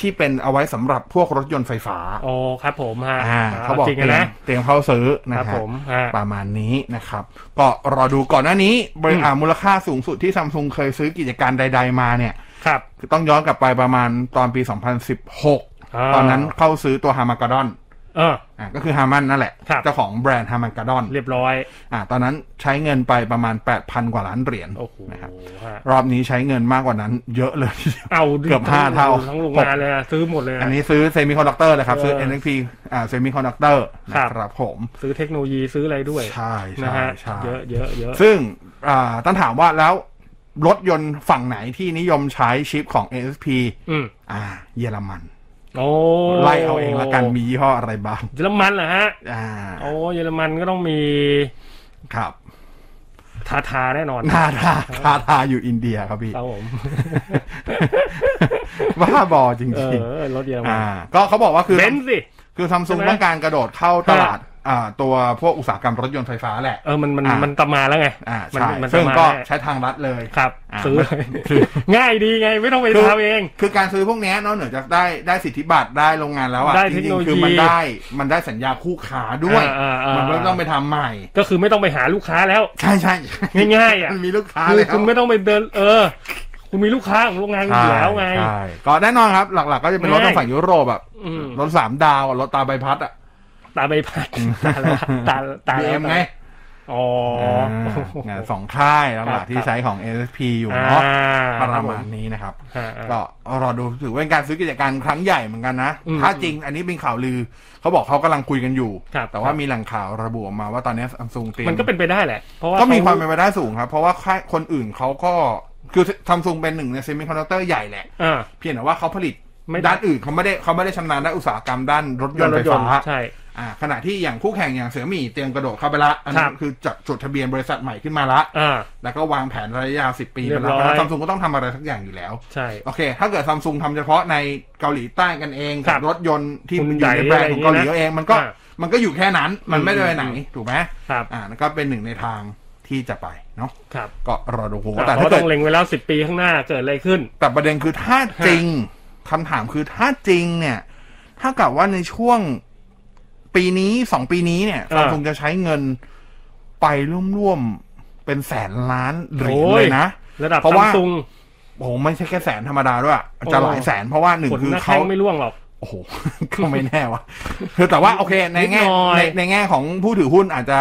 Speaker 3: ที่เป็นเอาไว้สำหรับพวกรถยนต์ไฟฟ้า
Speaker 4: โอ้ครับผมฮะ
Speaker 3: อ่าเขาบอก
Speaker 4: จริง
Speaker 3: เตรียม
Speaker 4: นะ
Speaker 3: เตรียมเข้าซื้อนะครับ ฮะ
Speaker 4: ผมฮะ
Speaker 3: ประมาณนี้นะครับ ก็รอดูก่อนหน้านี้บริ
Speaker 4: อืม
Speaker 3: อ่ามูลค่าสูงสุดที่ซัมซุงเคยซื้อกิจการใด ๆ มาเนี่ย
Speaker 4: ครับ
Speaker 3: คือต้องย้อนกลับไปประมาณตอนปี
Speaker 4: อ่า
Speaker 3: 2016 ตอนนั้นเข้าซื้อตัวฮามาก d ดอน
Speaker 4: เออ
Speaker 3: อ่าก็คือฮามันนั่นแหละ
Speaker 4: ครับ
Speaker 3: เจ้าของแบรนด์ฮามาก d ดอน
Speaker 4: เรียบร้อย
Speaker 3: อ่าตอนนั้นใช้เงินไปประมาณ 8,000 กว่าล้านเหรียญ
Speaker 4: โอ้โห
Speaker 3: นะครับ
Speaker 4: ฮะ
Speaker 3: รอบนี้ใช้เงินมากกว่านั้นเยอะเลย
Speaker 4: เอาดิ
Speaker 3: เกือบห้าเท่า
Speaker 4: ทั้งโรงงานเลยอะซื้อหมดเลยอะ
Speaker 3: อันนี้ซื้อเซมิคอนดักเตอร์เลยครับ ซื้อ
Speaker 4: เออ
Speaker 3: NXP อ่าเซมิคอนดักเตอร์
Speaker 4: ครับ
Speaker 3: นะครับผม
Speaker 4: ซื้อเทคโนโลยีซื้ออะไรด้วย
Speaker 3: ใช่
Speaker 4: นะ
Speaker 3: ใช่
Speaker 4: ฮะ
Speaker 3: ใช่
Speaker 4: เยอะเยอะเยอะ
Speaker 3: ซึ่งอ่าต้องถามว่าแล้วรถยนต์ฝั่งไหนที่นิยมใช้ชิปของ ASP
Speaker 4: อืม
Speaker 3: อ่า เยอรมัน
Speaker 4: โอ้
Speaker 3: ไล่เอาเองละกันมียี่ห้ออะไรบ้าง
Speaker 4: เยอรมันเหรอฮะ
Speaker 3: อ่า
Speaker 4: โอ้เยอรมันก็ต้องมี
Speaker 3: ครับ
Speaker 4: ทาทาแน่นอน
Speaker 3: ทาทาทาทาอยู่อินเดียครับพี่
Speaker 4: ครับผม
Speaker 3: บ้าบอจริ
Speaker 4: เอง อรถเยอ
Speaker 3: ๆ
Speaker 4: รมัน
Speaker 3: อ่า ก็เขาบอกว่าคือ
Speaker 4: เบนซ์สิ
Speaker 3: คือซัมซุง
Speaker 4: ใช่ไหม
Speaker 3: ต้องการกระโดดเข้าตลาด อ่า ตัวพวกอุตสาหกรรมรถยนต์ไฟฟ้าแหละ
Speaker 4: เออมันมัน
Speaker 3: อ่ามั
Speaker 4: มันตามมาแล้วไง
Speaker 3: อ่า
Speaker 4: มั
Speaker 3: ใช่
Speaker 4: มัน
Speaker 3: ซึ่ง
Speaker 4: ตามมา
Speaker 3: ก็
Speaker 4: แล้ว
Speaker 3: ใช้ทางรัฐเลย
Speaker 4: ครับ
Speaker 3: อ่า
Speaker 4: ซื้อเลย
Speaker 3: คือ
Speaker 4: ง่ายดีไงไม่ต้องไปทำเอง
Speaker 3: คือการซื้อพวกเนี้ยนอกเหนือจากได้ได้สิทธิบัตรได้โรงงานแล้วอ่ะ
Speaker 4: ได้
Speaker 3: จ
Speaker 4: เทค
Speaker 3: ริ
Speaker 4: โน
Speaker 3: ง
Speaker 4: โล
Speaker 3: ๆ
Speaker 4: ยี
Speaker 3: คือมันได้มันได้สัญญาคู่ขาด้วย
Speaker 4: อ่าอ่าอ่ามั
Speaker 3: มันไม่ต้องไปทำใหม่
Speaker 4: ก็คือไม่ต้องไปหาลูกค้าแล้ว
Speaker 3: ใช่ใช่
Speaker 4: ง่ายๆอ่ะ
Speaker 3: มันมีลูกค้า
Speaker 4: คือ
Speaker 3: แล้ว
Speaker 4: คุณไม่ต้องไปเดิน เออ คุณมีลูกค้าของโรงงานคุณอยู่แล้วไง
Speaker 3: ใช่ก็แน่นอนครับ หลักๆ ก็จะเป็นรถทางฝั่งยุโรปแบบ
Speaker 4: อืม
Speaker 3: รถสามดาวอะรถตาใบพัดอะ
Speaker 4: ตาใบพัดตาแล้วตาตา
Speaker 3: เอ็
Speaker 4: แล้ว
Speaker 3: มไง
Speaker 4: อ๋อ
Speaker 3: างานสองค่ายหลักๆที่ใช้ของ ASP อยู่
Speaker 4: อ่า
Speaker 3: เนาะป
Speaker 4: ค
Speaker 3: ระ
Speaker 4: บผ
Speaker 3: มาณนี้นะครับ
Speaker 4: อ่าอ่า
Speaker 3: ก็รอดูถือว่าเป็นการซื้อกิจการครั้งใหญ่เหมือนกันนะ
Speaker 4: อืม
Speaker 3: ถ้าจริงอันนี้เป็นข่าวลือ เขาบอกเขากำลังคุยกันอยู่
Speaker 4: ครับ
Speaker 3: แต่ว่า
Speaker 4: ครับ
Speaker 3: มีแหล่งข่าวระบุออกมาว่าตอนนี้ซัมซุงเตรียม
Speaker 4: มันก็เป็นไปได้แหละ เพราะว่า
Speaker 3: ก็มี
Speaker 4: เข
Speaker 3: ความเป็นไปได้สูงครับ เพราะว่าค่ายคนอื่นเขาก็คือซัมซุงเป็นหนึ่งในเซมิคอนดักเตอร์ใหญ่แหละ
Speaker 4: อ่า
Speaker 3: เพียงแต่ว่าเขาผลิต
Speaker 4: ไม่
Speaker 3: ด้านอื่นเขาไม่ได้เขาไม่ได้ชำนาญด้านอุตสาหกรรมด้านรถยนต์ไฟฟ้า
Speaker 4: ใช่
Speaker 3: อ่าขณะที่อย่างคู่แข่งอย่างเสือหมี่เตรียมกระโดดเข้าไปละอัน
Speaker 4: ค
Speaker 3: นั้
Speaker 4: รั
Speaker 3: น
Speaker 4: บ
Speaker 3: คือจดจดทะเบียนบริษัทใหม่ขึ้นมาละ
Speaker 4: อ่า
Speaker 3: แล้วก็วางแผนระยะยาวสิบปีไป
Speaker 4: เรียบ
Speaker 3: ละ
Speaker 4: ร้
Speaker 3: เพ
Speaker 4: อย
Speaker 3: ราะซัมซุงก็ต้องทำอะไรสักอย่างอยู่แล้ว
Speaker 4: ใช่
Speaker 3: โอเค ถ้าเกิดซัมซุงทำเฉพาะในเกาหลีใต้กันเอง
Speaker 4: ครั
Speaker 3: กั
Speaker 4: บบ
Speaker 3: รถยนต์ที่
Speaker 4: คุ
Speaker 3: อ
Speaker 4: ณ
Speaker 3: ยู่
Speaker 4: ใหญ่
Speaker 3: ในแบรนด์ของเกาหลี
Speaker 4: อะไรอย่างเงี้ย
Speaker 3: เองมันก็
Speaker 4: อ่า
Speaker 3: มันก็อยู่แค่นั้นมันไม่ได้ไปไหน
Speaker 4: อืม
Speaker 3: ถูกไหม
Speaker 4: ครับ
Speaker 3: อ่านั่นก็เป็นหนึ่งในทางที่จะไปเนาะ
Speaker 4: ครับ
Speaker 3: ก็รอดูโห
Speaker 4: แต่
Speaker 3: แต่
Speaker 4: เขา
Speaker 3: ถ้าเกิ
Speaker 4: ต้
Speaker 3: ด
Speaker 4: องเล็งไว้แล้วสิบปีข้างหน้าเกิดอะไรขึ้น
Speaker 3: แต่ประเด็นคือถ้าจริงคำถามคือถ้าจริงเนี่ย ถ้ากับว่าในช่วงปีนี้สองปีนี้เนี่ยซั
Speaker 4: อ่า
Speaker 3: มซุงจะใช้เงินไปร่วมๆเป็นแสนล้านเหรียญเลยนะ
Speaker 4: ระดับ
Speaker 3: เพราะ
Speaker 4: ซัม
Speaker 3: ว่า
Speaker 4: ซุง
Speaker 3: โอ้โหไม่ใช่แค่แสนธรรมดาด้วยอะจะ
Speaker 4: โอ้
Speaker 3: หลายแสนเพราะว่าหนึ่ง
Speaker 4: ผล
Speaker 3: คือ
Speaker 4: หน้า
Speaker 3: เขา
Speaker 4: แข้งไม่ร่วงหรอก
Speaker 3: โอ้โห ก็ไม่แน่วะคือแต่ว่าโอเคในแง่
Speaker 4: นิดหน่อย
Speaker 3: ในในแง่ของผู้ถือหุ้นอาจจะ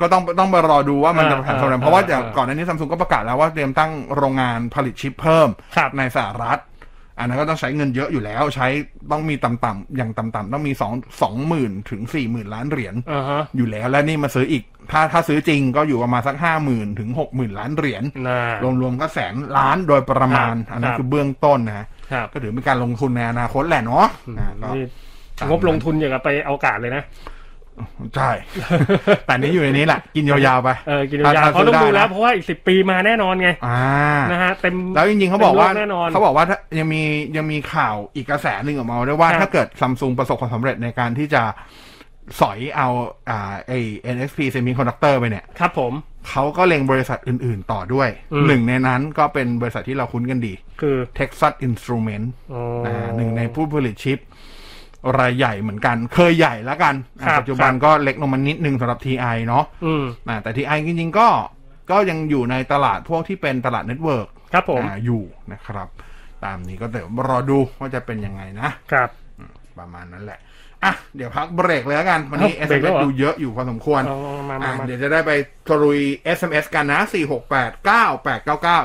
Speaker 3: ก็ต้องต้องไปรอดูว่ามันจะ
Speaker 4: อ่า
Speaker 3: ผ่านเท่าไหร่
Speaker 4: อ่า
Speaker 3: เพราะว่า
Speaker 4: อ่า
Speaker 3: จากก่อนหน้านี้ซัมซุงก็ประกาศแล้วว่าเตรียมตั้งโรงงานผลิตชิปเพิ่ม
Speaker 4: ครับ
Speaker 3: ในสหรัฐ อันนั้นก็ต้องใช้เงินเยอะอยู่แล้ว ใช้ต้องมีต่ำๆอย่างต่ำๆต้องมีสองสองหมื่นถึงสี่หมื่นล้านเหรียญ
Speaker 4: อ่าฮะ
Speaker 3: อยู่แล้วและนี่มาซื้ออีก ถ้าถ้าซื้อจริงก็อยู่ประมาณสักห้าหมื่นถึงหกหมื่นล้านเหรียญ
Speaker 4: น่า
Speaker 3: รวมๆก็แสนล้านโดยประมาณ
Speaker 4: ครับ
Speaker 3: อันนั้น
Speaker 4: ครับ
Speaker 3: คือเบื้องต้นนะฮะ
Speaker 4: ครับ
Speaker 3: ก็ถือเป็นการลงทุนในอนาคตแหละเนาะอ่าก็
Speaker 4: นี่งบลงทุนอย่างกับไปเอากาศเลยนะ
Speaker 3: ใช่ แต่อันนี้อยู่ในนี้แหละกินยาวๆไป
Speaker 4: เออกินยาวๆเขาต้องดูแล้วเพราะว่าอีกสิบปีมาแน่นอนไง
Speaker 3: อ่า
Speaker 4: นะฮะเต็ม
Speaker 3: แล้วจริงๆเขาบอกว่า
Speaker 4: เป็นโลกแน่นอน
Speaker 3: เขาบอกว่าถ้ายังมียังมีข่าวอีกกระแสหนึ่งออกมาด้วยว่า
Speaker 4: ครับ
Speaker 3: ถ้าเกิดซัมซุงประสบความสำเร็จในการที่จะสอยเอาอ่าไอ NXP Semiconductor ไปเนี่ย
Speaker 4: ครับผม
Speaker 3: เขาก็เล็งบริษัทอื่นๆต่อด้วย
Speaker 4: อืม
Speaker 3: หนึ่งในนั้นก็เป็นบริษัทที่เราคุ้นกันดี
Speaker 4: คือ
Speaker 3: Texas Instrument
Speaker 4: อ๋ออ
Speaker 3: อ่าหนึ่งในผู้ผลิตชิป รายใหญ่เหมือนกัน เคยใหญ่แล้วกันอ่ะ
Speaker 4: ครับ
Speaker 3: ปัจจุบัน
Speaker 4: ครับ
Speaker 3: ก็เล็กลงมานิดนึงสำหรับ TI เนาะ
Speaker 4: อืม
Speaker 3: อ่าแต่ TI จริงๆก็ก็ยังอยู่ในตลาดพวกที่เป็นตลาดเน็ตเวิร์ก
Speaker 4: ครับผม
Speaker 3: อ่าอยู่นะครับ ตามนี้ก็เดี๋ยวรอดูว่าจะเป็นยังไงนะ
Speaker 4: ครับ
Speaker 3: ประมาณนั้นแหละ อ่ะ เดี๋ยวพักเบรกเลยแล้วกัน วันนี้
Speaker 4: เอ้าเบรกแล้
Speaker 3: SMS
Speaker 4: วเหรอ
Speaker 3: ดูเยอะอยู่พอสมควร
Speaker 4: เอามามา
Speaker 3: อ่ะ
Speaker 4: มา
Speaker 3: เดี๋ยวจะได้ไปตรุย SMS กันนะ 4689899
Speaker 4: ครั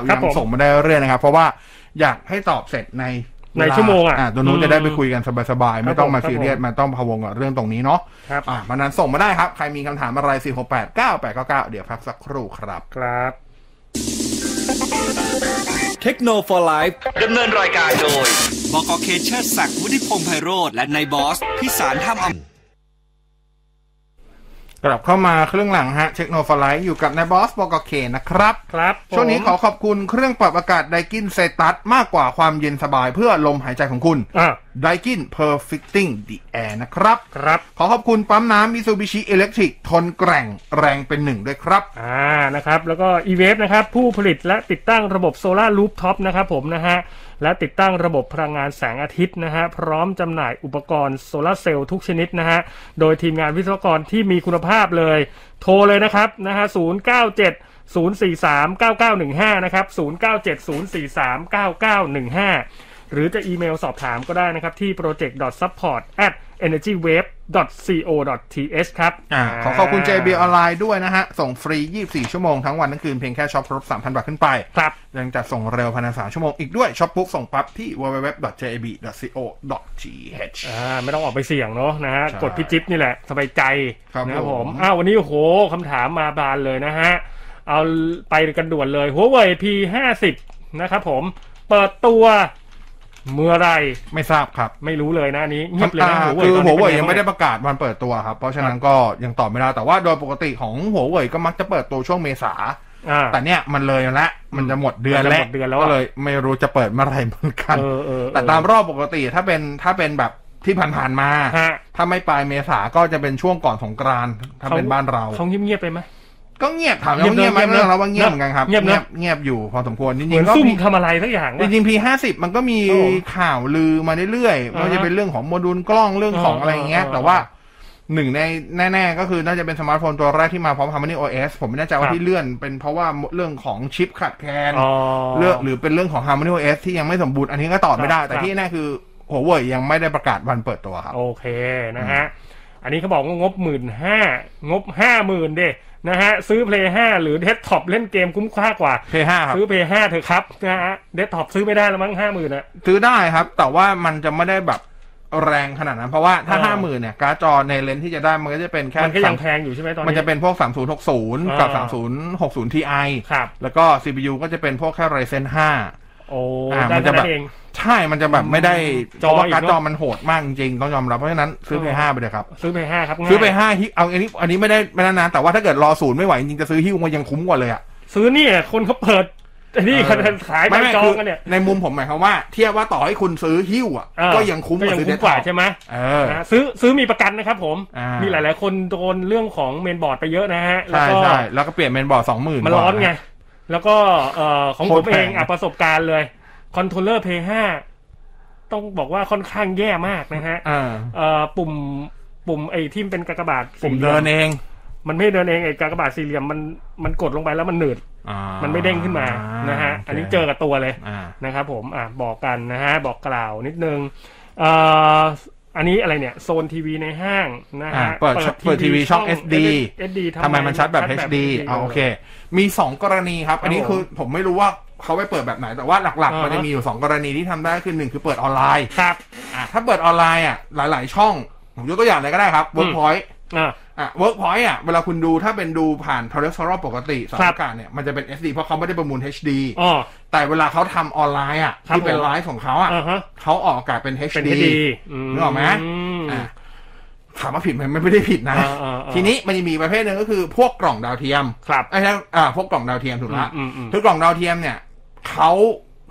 Speaker 3: ยั
Speaker 4: บ
Speaker 3: ง
Speaker 4: ผม
Speaker 3: ส่งมาได้เรื่อยๆนะครับ เพราะว่าอยากให้ตอบเสร็จใน
Speaker 4: ใน
Speaker 3: เลา
Speaker 4: ชั่วโมงอ่ะ
Speaker 3: ตัวนู้น
Speaker 4: อืม
Speaker 3: จะได้ไปคุยกันสบายๆ ไม่ต้องมา
Speaker 4: ครับผม
Speaker 3: ซีเรียสมาต้องพะวงกับเรื่องตรงนี้เนาะ
Speaker 4: ครับ
Speaker 3: อ่ะมันนั้นส่งมาได้ครับ ใครมีคำถามอะไร 4689899 เดี๋ยวพักสักครู่ครับ
Speaker 4: ครับ
Speaker 1: เทคโนโลยีไลฟ์
Speaker 2: ดำเนินรายการโดย
Speaker 1: บกเคเชอร์ศักดิ์วุฒิพงษ์ไพโรธและนายบอส พิสารท่ามอำ
Speaker 3: กลับเข้ามาเครื่องหลังฮะเช็คโนฟลายอยู่กับนายบอสบอกเคนะครับ
Speaker 4: ครับผม
Speaker 3: ช่วงนี้ขอขอบคุณเครื่องปรับอากาศไดกินเซตัสมากกว่าความเย็นสบายเพื่อลมหายใจของคุณ
Speaker 4: อ่ะ
Speaker 3: d a i k i n Perfecting the Air นะครับ
Speaker 4: ครับ
Speaker 3: ขอขอบคุณปั๊มน้ำมิซูบิชิเอเล็กทริกทนแกร่งแรงเป็นหนึ่งด้วยครับ
Speaker 4: อ่า นะครับ แล้วก็ e-wave นะครับ ผู้ผลิตและติดตั้งระบบโซลารูฟท็อปนะครับผมนะฮะ และติดตั้งระบบพลังงานแสงอาทิตย์นะฮะ พร้อมจำหน่ายอุปกรณ์โซลาเซลล์ทุกชนิดนะฮะ โดยทีมงานวิศวกรที่มีคุณภาพเลย โทรเลยนะครับนะฮะ097 043 9915 นะครับ 097 043 9915 หรือจะอีเมลสอบถามก็ได้นะครับ ที่ project.support at energywave co th ครับ
Speaker 3: อ่าขอขอบคุณ JB ออนไลน์ด้วยนะฮะ ส่งฟรี 24 ชั่วโมงทั้งวันทั้งคืนเพียงแค่ช็อปครบ 3,000 บาทขึ้นไป
Speaker 4: ครับ
Speaker 3: ยังจะส่งเร็วภายใน3ชั่วโมงอีกด้วยช็อปปุ๊บส่งปั๊บที่ www.jab.co.th
Speaker 4: อ่าไม่ต้องออกไปเสี่ยงเนาะนะฮะ
Speaker 3: ใช่
Speaker 4: กดพี่จิ๊บนี่แหละสบายใจ
Speaker 3: ครับ
Speaker 4: นะผ
Speaker 3: ผม ม
Speaker 4: อ้าววันนี้โอ้โหคำถามมาบานเลยนะฮะ เอาไปกันด่วนเลยหัวเว่ย P50 นะครับผมเปิดตัวเมื่อไหร
Speaker 3: ไม่ทราบครับ
Speaker 4: ไม่รู้เลยนะอันนี้เงียบเลยนะ
Speaker 3: อ่า
Speaker 4: หัวเว่ย
Speaker 3: คือหัวเว่ย
Speaker 4: ตอนนี้ป็น
Speaker 3: ยังไม่ได้ประกาศวันเปิดตัวครับ เพราะฉะนั้นก็ยังตอบไม่ได้ แต่ว่าโดยปกติของหัวเว่ยก็มักจะเปิดตัวช่วงเมษา
Speaker 4: อ่า
Speaker 3: แต่เนี่ยมันเลยแล้วมันจะหมดเดือน
Speaker 4: มันจะ
Speaker 3: แล้ว
Speaker 4: หมดเดือนแล้วอะ
Speaker 3: ก็เลยไม่รู้จะเปิดเมื่อไหร่เหมือนกัน
Speaker 4: เออเออเออ
Speaker 3: แต่ตามรอบปกติถ้าเป็นถ้าเป็นแบบที่ผ่านๆมา
Speaker 4: ฮะ
Speaker 3: ถ้าไม่ปลายเมษาก็จะเป็นช่วงก่อนสงกรานต์ถ้าเป็นบ้านเรา
Speaker 4: เขาเงียบๆไปไหม
Speaker 3: ก็เงียบถามแล้วา
Speaker 4: เงี
Speaker 3: เงี
Speaker 4: ย
Speaker 3: ย
Speaker 4: บบ เน
Speaker 3: ไหม
Speaker 4: อะ
Speaker 3: เรื่องแล้วว่าเงียบเหมือนกันครับ
Speaker 4: เงียบเนอะ
Speaker 3: เงียบอยู่พอสมควรจ
Speaker 4: เห
Speaker 3: ริ
Speaker 4: มือง น
Speaker 3: ๆก็
Speaker 4: ซุ่ม
Speaker 3: มี
Speaker 4: ทำอะไรสักอย่าง
Speaker 3: จ
Speaker 4: วะ
Speaker 3: ริงๆ P50 มันก็มี
Speaker 4: โอ้
Speaker 3: ข่าวลือมาเรื่อยๆไม่ว่าจะเป็นเรื่องของโมดูลกล้องเรื่องของ
Speaker 4: อ่า
Speaker 3: อะไรอย่างเงี้ย
Speaker 4: อ่า
Speaker 3: แต่ว่าหนึ่งในแน่ ๆ ก็คือน่าจะเป็นสมาร์ทโฟนตัวแรกที่มาพร้อม Harmony OS ผมไม่แน่ใจ
Speaker 4: ครั
Speaker 3: ว่า
Speaker 4: บ
Speaker 3: ที่เลื่อนเป็นเพราะว่าเรื่องของชิปขาดแคลน
Speaker 4: อ๋อ
Speaker 3: เลือกหรือเป็นเรื่องของ Harmony OS ที่ยังไม่สมบูรณ์อันนี้ก็ตอบไม่ได้
Speaker 4: ครับ
Speaker 3: แต่
Speaker 4: ครับ
Speaker 3: ที่แน่คือหัวเว่ยยังไม่ได้ประกาศวันเปิดตัวครับ
Speaker 4: โอเคนะฮะ อันนี้เขาบอกว่างบหมื่นห้างบห้าหมื่นเดนะฮะ ซื้อ Play 5 หรือ Desktop เล่นเกมคุ้มค่ากว่า
Speaker 3: P5 ครับ
Speaker 4: ซื้อ Play 5เถอะครับนะฮะ Desktop ซื้อไม่ได้แล้วมั้งห้าหมื่นอะ
Speaker 3: ซื้อได้ครับ แต่ว่ามันจะไม่ได้แบบแรงขนาดนั้น เพราะว่าถ้า
Speaker 4: อ่า
Speaker 3: ห้าหมื่นเนี่ย การ์ดจอในเลนส์ที่จะได้มันก็จะเป็นแค่
Speaker 4: มันก็ยัง
Speaker 3: สา
Speaker 4: แพงอยู่ใช่ไหมตอน
Speaker 3: มัน
Speaker 4: นี้
Speaker 3: จะเป็นพวก 3060 กับ
Speaker 4: อ่า
Speaker 3: 3060 Ti
Speaker 4: ครับ
Speaker 3: แล้วก็ CPU ก็จะเป็นพวกแค่ Ryzen 5
Speaker 4: โอ้
Speaker 3: อ่า
Speaker 4: ได้
Speaker 3: มัน
Speaker 4: แค่
Speaker 3: จะแบบ
Speaker 4: นั้นเอง
Speaker 3: ใช่มันจะแบบไม่ได้
Speaker 4: จ
Speaker 3: เพ
Speaker 4: อ
Speaker 3: ราะว่า
Speaker 4: อีก
Speaker 3: การ์ด
Speaker 4: เน
Speaker 3: จ
Speaker 4: อะ
Speaker 3: อมันโหดมากจริงๆต้องยอมรับเพราะฉะนั้นซื้อ
Speaker 4: เออ
Speaker 3: P5 ไปเลยครับ
Speaker 4: ซื้อ Play 5ครับง่าย
Speaker 3: ซื้อ P5 ฮิเอาอันนี้อันนี้ไม่ได้ไม่นานนะแต่ว่าถ้าเกิดรอศูนย์ไม่ไหวจริงๆจะซื้อฮิ้วมันยังคุ้มกว่าเลยอะ
Speaker 4: ซื้อเนี่ยคนเขาเปิดไอ้นี่
Speaker 3: เออ
Speaker 4: ขาย
Speaker 3: ไม่
Speaker 4: ใบ
Speaker 3: ไม่
Speaker 4: จอ
Speaker 3: คื
Speaker 4: ง
Speaker 3: อ
Speaker 4: กันเนี่ย
Speaker 3: ในมุมผมหมายความว่า เทียบว่าต่อให้คุณซื้อฮิ้วอ่ะ
Speaker 4: เออ
Speaker 3: ก็ยังคุ้มกว่า
Speaker 4: ก็ยัง
Speaker 3: ซื้อเดส
Speaker 4: คุ้ม
Speaker 3: ก์
Speaker 4: ก
Speaker 3: ท็
Speaker 4: ว่า
Speaker 3: อป
Speaker 4: ใช่ไหม
Speaker 3: เออ
Speaker 4: นะซื้อซื้อมีประกันนะครับผม
Speaker 3: อ่ามี
Speaker 4: มีหลาย ๆ คนโดนเรื่องของเมนบอร์ดไปเยอะนะฮะแล้ว
Speaker 3: ใช่
Speaker 4: ก็
Speaker 3: ใช่แล้วก็เปลี่ยนเป็นบอร์ดสองหมื่น
Speaker 4: มันร้อนไง แล้วก็เอ่อของ
Speaker 3: โค
Speaker 4: ผ
Speaker 3: ตร
Speaker 4: มเอง
Speaker 3: แพง
Speaker 4: อ่ะประสบการณ์เลยคอนโทรลเลอร์ Play 5ต้องบอกว่าค่อนข้างแย่มากนะฮะ
Speaker 3: อ่า
Speaker 4: เอ่อปุ่มปุ่มไอ้ที่มันเป็นกากบาท
Speaker 3: ผม
Speaker 4: สี่หลี่
Speaker 3: เดิ
Speaker 4: ย
Speaker 3: นเอง
Speaker 4: มันไม่เดินเองไอ้กากบาทสี่เหลี่ยมมันมันกดลงไปแล้วมันหนืด
Speaker 3: อ่า
Speaker 4: มันไม่เด้งขึ้นมานะฮะ
Speaker 3: โค
Speaker 4: อันนี้เจอกับตัวเลย
Speaker 3: อ่า
Speaker 4: นะครับผมอ่ะบอกกันนะฮะ บอกกล่าวนิดนึงเอ่ออันนี้อะไรเนี่ย โซนทีวีในห้างนะ
Speaker 3: อ่า
Speaker 4: ฮะ
Speaker 3: เปิดช่องเปิดทีวีช่อง SD
Speaker 4: SD
Speaker 3: ทำไมมันชัดแบบ HD อ่าโอเค มีสองกรณีครับ อันนี้
Speaker 4: ครับผม
Speaker 3: คือผมไม่รู้ว่าเขาไปเปิดแบบไหน แต่ว่าหลัก
Speaker 4: อ่า
Speaker 3: ๆ
Speaker 4: ฮะ
Speaker 3: มันจะมีอยู่สองกรณีที่ทำได้คือหนึ่งคือเปิดออนไลน์
Speaker 4: ครับ
Speaker 3: อ่ะถ้าเปิดออนไลน์อ่ะหลาย ๆ ช่องผมยกตัวอย่างเลยก็ได้ครับเวิร์กพอย
Speaker 4: อ่ะ
Speaker 3: อ่ะ Workpoint อ่ะ เวลาคุณดูถ้าเป็นดูผ่าน Terrestrial ปกติสาร
Speaker 4: ครับ
Speaker 3: อากาศเนี่ย มันจะเป็น SD เพราะเขาไม่ได้ประมูล HD
Speaker 4: อ๋อ
Speaker 3: แต่เวลาเขาทำออนไลน์อ่ะ
Speaker 4: ครับ
Speaker 3: ที่เป็น
Speaker 4: ผม
Speaker 3: ไลฟ์ของเขาอ่ะ
Speaker 4: อ่าฮะ
Speaker 3: เขาออกอากาศเป็น
Speaker 4: เป็น
Speaker 3: HD
Speaker 4: ที่ดี
Speaker 3: นึกออกไหม อ่ะถามว่าผิดไหมมันไม่ได้ผิดนะ
Speaker 4: อ่าอ่าอ่า
Speaker 3: ทีนี้มันจะมีประเภทหนึ่งก็คือพวกกล่องดาวเทียม
Speaker 4: ครับ
Speaker 3: ไอ้ทั้งอ่าพวกกล่องดาวเทียมถูกละ
Speaker 4: อืมอืมอืม
Speaker 3: คือกล่องดาวเทียมเนี่ยเขา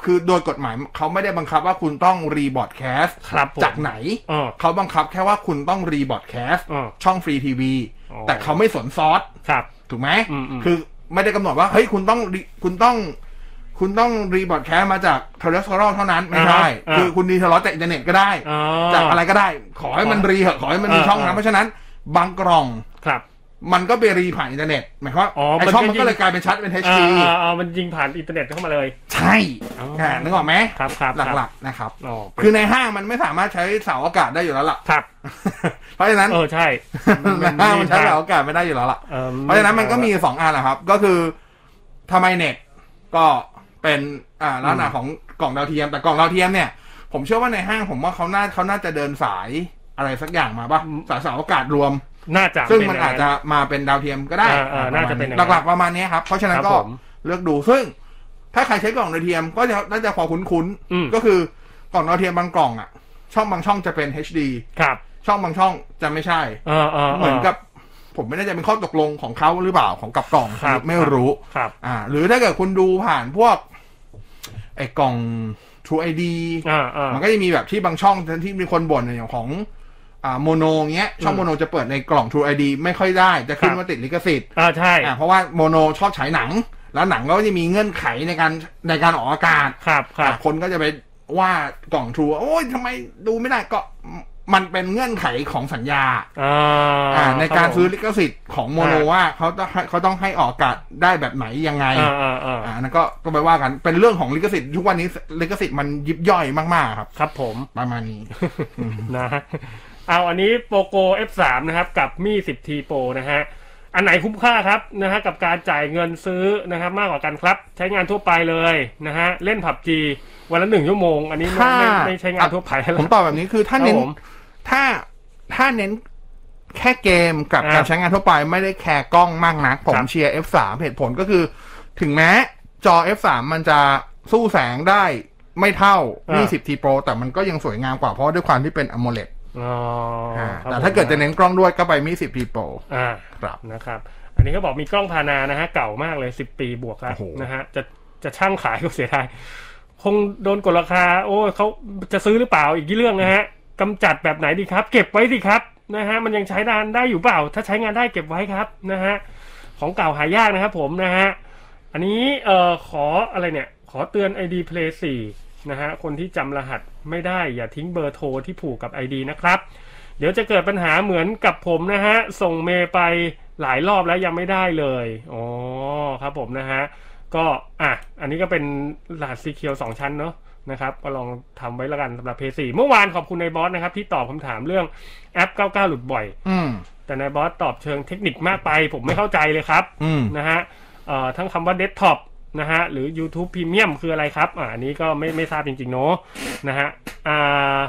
Speaker 3: คือโดยกฎหมายเขาไม่ได้บังคับว่าคุณต้องรีบอร์ดแคสต์
Speaker 4: ครับผม
Speaker 3: จากไหน
Speaker 4: อ่า
Speaker 3: เขาบังคับแค่ว่าคุณต้องรีบอร์ดแคสต์
Speaker 4: อ่า
Speaker 3: ช่องฟรีทีวี
Speaker 4: อ๋อ
Speaker 3: แต่เขาไม่สนซอส
Speaker 4: ครับ
Speaker 3: ถูกไหม
Speaker 4: อืมอืม
Speaker 3: คือไม่ได้กำหนดว่า เฮ้ย คุณต้อง re- คุณต้อง คุณต้องรีบอร์ดแคสต์มาจากเทเลสโครอลเท่านั้น ไม่ใช่
Speaker 4: อ่าฮะอ่า
Speaker 3: คือคุณรีทะเลาะจากอินเทอร์เน็ตก็ได้
Speaker 4: อ๋อ
Speaker 3: จากอะไรก็ได้ ขอให้มันรีเหอะขอให้มันมี
Speaker 4: อ่า
Speaker 3: ช่องนะ
Speaker 4: อ่า
Speaker 3: เพราะฉะนั้น บางกล่อง
Speaker 4: ครับ
Speaker 3: มันก็ไปรีผ่านอินเทอร์เน็ตหมายความว่า
Speaker 4: อ๋อ
Speaker 3: ไอ
Speaker 4: มัน
Speaker 3: ช่อง
Speaker 4: ก็
Speaker 3: มัน
Speaker 4: ยิ่ง
Speaker 3: ก็เลยกลายเป็นชัดเป็น
Speaker 4: อ่า
Speaker 3: HD
Speaker 4: อ่าอ่ามันยิงผ่านอินเทอร์เน็ตเข้ามาเลย
Speaker 3: ใช่
Speaker 4: อ๋ออ่
Speaker 3: านึกออกไหม
Speaker 4: ครับครับครับ
Speaker 3: หลักๆนะครับ
Speaker 4: อ๋อ
Speaker 3: คือในห้างมันไม่สามารถใช้เสาอากาศได้อยู่แล้วล่ะ
Speaker 4: ครับ
Speaker 3: เพราะฉะนั้น
Speaker 4: เออใช่
Speaker 3: ในห้างมันใช้เสาอากาศไม่ได้อยู่แล้วล่ะ
Speaker 4: อิ่
Speaker 3: เพราะฉะนั้นมันก็มีสองอันแหละครับ ก็คือทำไมเน็ตก็เป็นอ่าลักษณะของกล่องดาวเทียมแต่กล่องดาวเทียมเนี่ย ผมเชื่อว่าในห้างผมว่าเขาน่าเขาน่าจะเดินสายอะไรสักอย่างมาปะสายสาวอากาศรวม
Speaker 4: น่าจะ
Speaker 3: ซึ่ง
Speaker 4: เป็
Speaker 3: มัน
Speaker 4: ย่
Speaker 3: อาจจะมาเป็นดาวเทียมก็ได้
Speaker 4: อ่าอ่า
Speaker 3: ปรมณ
Speaker 4: น่าจะเป็นอย่างนั้น
Speaker 3: หลักๆประมาณนี้ครับ เพราะฉะนั้น
Speaker 4: ครับ
Speaker 3: ก็
Speaker 4: ผม
Speaker 3: เลือกดูซึ่ง ถ้าใครใช้กล่องดาวเทียมก็จะน่าจะพอคุ้น
Speaker 4: อืม
Speaker 3: ๆก็คือกล่องดาวเทียมบางกล่องอ่ะ ช่องบางช่องจะเป็น HD
Speaker 4: ครับ
Speaker 3: ช่องบางช่องจะไม่ใช่
Speaker 4: เออเออ
Speaker 3: เหมือนกับผมไม่แน่ใจเป็นข้อตกลงของเขาหรือเปล่าของกับกล่อง
Speaker 4: ครับ
Speaker 3: ไม่รู้
Speaker 4: ครับ
Speaker 3: อ่า หรือถ้าเกิดคุณดูผ่านพวก ไอ้กล่อง True ID
Speaker 4: อ่าอ่า
Speaker 3: มันก็จะมีแบบที่บางช่องที่มีคนบ่นอย่างของอ่าโมโนเงี้ย ช่องโมโนจะเปิดในกล่อง True ID ไม่ค่อยได้ จะขึ้นว่าติดลิขสิทธิ์
Speaker 4: อ่าใช่
Speaker 3: อ่าเพราะว่าโมโนชอบฉายหนัง แล้วหนังก็จะมีเงื่อนไขในการในการออกอากาศ
Speaker 4: ครับครับ
Speaker 3: คนก็จะไปว่ากล่องทรูโอ้ยทำไมดูไม่ได้ก็มันเป็นเงื่อนไขของสัญญา
Speaker 4: อ่า
Speaker 3: อ่าในการซื้อ
Speaker 4: คบผม
Speaker 3: ลิขสิทธิ์ของโมโนว่าเขาต้องให้เขาต้องให้ออกอากาศได้แบบไหนยังไง
Speaker 4: อ่าอ่าอ่า
Speaker 3: อ่านั่นก็ก็ไปว่ากันเป็นเรื่องของลิขสิทธิ์ทุกวันนี้ลิขสิทธิ์มันยิบย่อยมากๆครับ
Speaker 4: ครับผม
Speaker 3: ประมาณนี้
Speaker 4: นะฮะเอาอันนี้โปโก F3 นะครับ กับมี่ 10T Pro นะฮะ อันไหนคุ้มค่าครับนะฮะกับการจ่ายเงินซื้อนะครับ มากกว่ากันครับ ใช้งานทั่วไปเลยนะฮะ เล่นผับจีวันละหนึ่งชั่วโมง อันนี้ไม่
Speaker 3: ถ้า
Speaker 4: ไม่ไม่ใช้งานทั่วไปแล้ว
Speaker 3: ผมตอบแบบนี้คือ
Speaker 4: ครั
Speaker 3: ถ้า
Speaker 4: บ
Speaker 3: เน้น
Speaker 4: ผม
Speaker 3: ถ้าถ้าเน้นแค่เกมกับ
Speaker 4: อ่า
Speaker 3: การใช้งานทั่วไปไม่ได้แคร์กล้องมากนัก ผม
Speaker 4: ครับ
Speaker 3: เชียร์ F3 เหตุผลก็คือ ถึงแม้จอ F3 มันจะสู้แสงได้ไม่เท่า 20T Pro แต่มันก็ยังสวยงามกว่าเพราะด้วยความที่เป็น AMOLED
Speaker 4: อ๋ออ่
Speaker 3: า
Speaker 4: ครับ
Speaker 3: แต่ถ้าเกิดจะเน้นกล้องด้วยก็ไป 20T Pro
Speaker 4: อ่า
Speaker 3: ครับ
Speaker 4: นะครับ อันนี้ก็บอกมีกล้องพานานะฮะ เก่ามากเลยสิบปีบวกแล้ว
Speaker 3: โอ้โห
Speaker 4: นะฮะ จะจะช่างขายก็เสียดายคงโดนกดราคา โอ้ยเขาจะซื้อหรือเปล่าอีกเรื่องนะฮะกำจัดแบบไหนดีครับ เก็บไว้สิครับนะฮะ มันยังใช้งานได้อยู่เปล่า ถ้าใช้งานได้เก็บไว้ครับนะฮะ ของเก่าหายากนะครับผมนะฮะ อันนี้เอ่อขออะไรเนี่ย ขอเตือน ID Play 4นะฮะ คนที่จำรหัสไม่ได้อย่าทิ้งเบอร์โทรที่ผูกกับ ID นะครับ เดี๋ยวจะเกิดปัญหาเหมือนกับผมนะฮะ ส่งเมย์ไปหลายรอบแล้วยังไม่ได้เลยอ๋อครับผมนะฮะ ก็อ่ะอันนี้ก็เป็นรหัสซีเคียวสองชั้นเนาะนะครับ ก็ลองทำไว้แล้วกันสำหรับเพย์สี่เมื่อวานขอบคุณนายบอสนะครับ ที่ตอบคำถามเรื่องแอป 99 หลุดบ่อย
Speaker 3: อืม
Speaker 4: แต่นายบอสตอบเชิงเทคนิคมากไป ผมไม่เข้าใจเลยครับ
Speaker 3: อืม
Speaker 4: นะฮะเอ่อทั้งคำว่าเดสก์ท็อปนะฮะหรือ YouTube Premium คืออะไรครับอ่าอันนี้ก็ไม่ไม่ทราบจริงๆเนาะนะฮะอ่า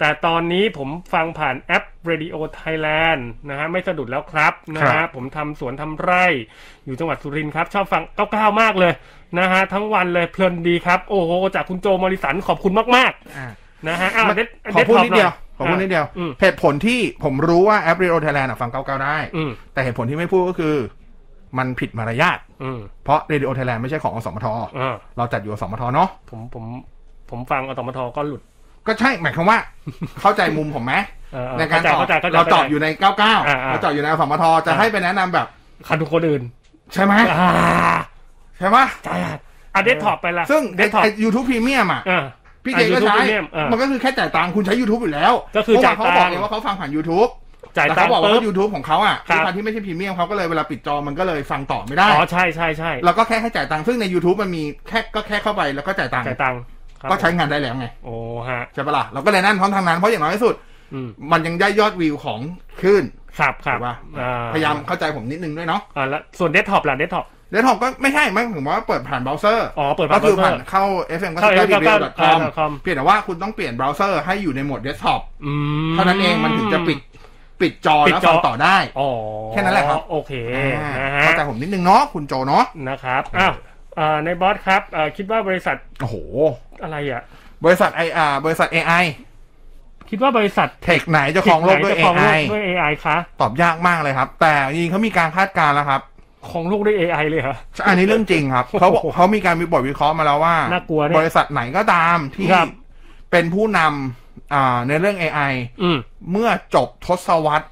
Speaker 4: แต่ตอนนี้ผมฟังผ่านแอป Radio Thailand นะฮะไม่สะดุดแล้วครับนะ
Speaker 3: ครั
Speaker 4: ฮะ
Speaker 3: บ
Speaker 4: ผมทำสวนทำไร่ อยู่จังหวัดสุรินทร์ครับ ชอบฟังก้าวๆมากเลยนะฮะทั้งวันเลยเพลินดีครับ โอ้โห จากคุณโจมอริสันขอบคุณมาก
Speaker 3: อ่า
Speaker 4: ๆนะฮะอ้าวเดส
Speaker 3: ขอพูดนิดเดียว ข
Speaker 4: ท็
Speaker 3: อ
Speaker 4: อปห
Speaker 3: พู
Speaker 4: น่
Speaker 3: ดนิดเดียว
Speaker 4: อืม
Speaker 3: เหตุผลที่ผมรู้ว่าแอป Real Thailand อะฟังเก้าๆได้
Speaker 4: อืม
Speaker 3: แต่เหตุผลที่ไม่พูดก็คือ มันผิดมารยาท
Speaker 4: อืม
Speaker 3: เพราะ Radio Thailand ไม่ใช่ของอสมท
Speaker 4: อ่า
Speaker 3: เราจัดอยู่อสมทเนาะ
Speaker 4: ผมผมผมฟังอตมทก็หลุด
Speaker 3: ก็ใช่หมายความ ว่า เข้าใจมุมผมไหม
Speaker 4: เออเออ
Speaker 3: ในการตอบ
Speaker 4: เข้ใจข้ใจข้
Speaker 3: เรา
Speaker 4: ใจ
Speaker 3: ตอบอยู่ใน 99
Speaker 4: อ่าๆ
Speaker 3: เราตอบอยู่ในอสมทจะ
Speaker 4: อ่า
Speaker 3: ให้ไปแนะนำแบบ
Speaker 4: คันทุกคนอื่น
Speaker 3: ใช่ไหม
Speaker 4: อ่า
Speaker 3: ใช่ไหม
Speaker 4: ตายอ่ะเดสท็อปไปละ
Speaker 3: ซึ่ง
Speaker 4: เดสท็อป
Speaker 3: ยูทูบพรีเมียมอ่ะ
Speaker 4: อ่า
Speaker 3: พี่เจก็ใช้
Speaker 4: YouTube Premium อ่ามั
Speaker 3: มันก็คือแค่จ่ายตังค์คุณใช้ YouTube อยู่แล้ว
Speaker 4: ก็คือ
Speaker 3: เมื่ว
Speaker 4: จ่าน ย
Speaker 3: เขา
Speaker 4: ตั
Speaker 3: บอ
Speaker 4: งค์
Speaker 3: กเลยว่าเขาฟังผ่าน YouTube
Speaker 4: จ่าย
Speaker 3: แต่
Speaker 4: ตัง
Speaker 3: เขา
Speaker 4: ค์
Speaker 3: บอก
Speaker 4: ปุ๊บ
Speaker 3: ว่า YouTube ของเขาอ่ะ
Speaker 4: ครับ
Speaker 3: ด้วยความที่ไม่ใช่พรีเมียมเขาก็เลยเวลาปิดจอมันก็เลยฟังต่อไม่ได้
Speaker 4: อ๋อใช่ใช่ใช่
Speaker 3: แล้วก็แค่ให้จ่ายตังค์ซึ่งใน YouTube มันมีแค่ก็แค่เข้าไปแล้วก็จ่ายตังค์
Speaker 4: จ่ายตังค์ครับ
Speaker 3: ก็ใช้งานได้แล้วไง
Speaker 4: โอ้ฮะ
Speaker 3: ใช่ปะล่ะเราก็เลยนั่นพร้อมทางนั้นเพราะอย่างน้อยที่สุด
Speaker 4: อืม
Speaker 3: มันยังได้ยอดวิวของขึ้น
Speaker 4: ครับครับ
Speaker 3: ถูกปะ
Speaker 4: อ่
Speaker 3: พยายามเข้าใจผมนิดนึงด้วยเนาะ
Speaker 4: อ่าแล้วส่วนเดสท็อปล่ะเดสท็อป
Speaker 3: เดสก์ท็อปก็ไม่ใช่ไม่ถึงว่าเปิดผ่านเบราว์เซอร์
Speaker 4: อ๋อเปิด
Speaker 3: ก็
Speaker 4: ผ่านเบ
Speaker 3: คือ
Speaker 4: ราว์เซอ
Speaker 3: ผ่าน
Speaker 4: ร์
Speaker 3: เข้า fm ก็
Speaker 4: เข้า
Speaker 3: คือ
Speaker 4: fm99.com
Speaker 3: radio.com เพียงแต่ว่าคุณต้องเปลี่ยนเบราว์เซอร์ให้อยู่ในโหมดเดสก์ท็อป
Speaker 4: อืม
Speaker 3: เท่านั้นเองมันถึงจะปิดปิดจอ
Speaker 4: ปิด
Speaker 3: แล้วฟัง
Speaker 4: จอ
Speaker 3: ต่อได้
Speaker 4: อ๋อ
Speaker 3: แค่นั้นแหละครับ
Speaker 4: โอเคนะ
Speaker 3: เข้า
Speaker 4: ฮะ
Speaker 3: ใจผมนิดนึงเนาะคุณโจเนาะ
Speaker 4: นะครับอ้าวอ่าในบอสครับอ่าคิดว่าบริษัท
Speaker 3: โอ้โห
Speaker 4: อะไรอ่ะ
Speaker 3: บริษัทไออาบริษัท AI
Speaker 4: คิดว่าบริษัท
Speaker 3: เทคไหนจะครองโลกด้วย
Speaker 4: ไหนจะครองโลก
Speaker 3: AI
Speaker 4: ด้วย AI คะ
Speaker 3: ตอบยากมากเลยครับ แต่จริงๆเขามีการคาดการณ์แล้วครับ
Speaker 4: ครองโลกด้วย AI เลยเหรอ
Speaker 3: อันนี้เรื่องจริง ครับ เขาบอกเขามีการมีบทวิเคราะห์มาแล้วว่า
Speaker 4: น่ากลัวเนี่ย
Speaker 3: บริษัทไหนก็ตามที่
Speaker 4: ครับ
Speaker 3: เป็นผู้นำอ่าในเรื่อง AI
Speaker 4: อืม
Speaker 3: เมื่อจบทศวรรษ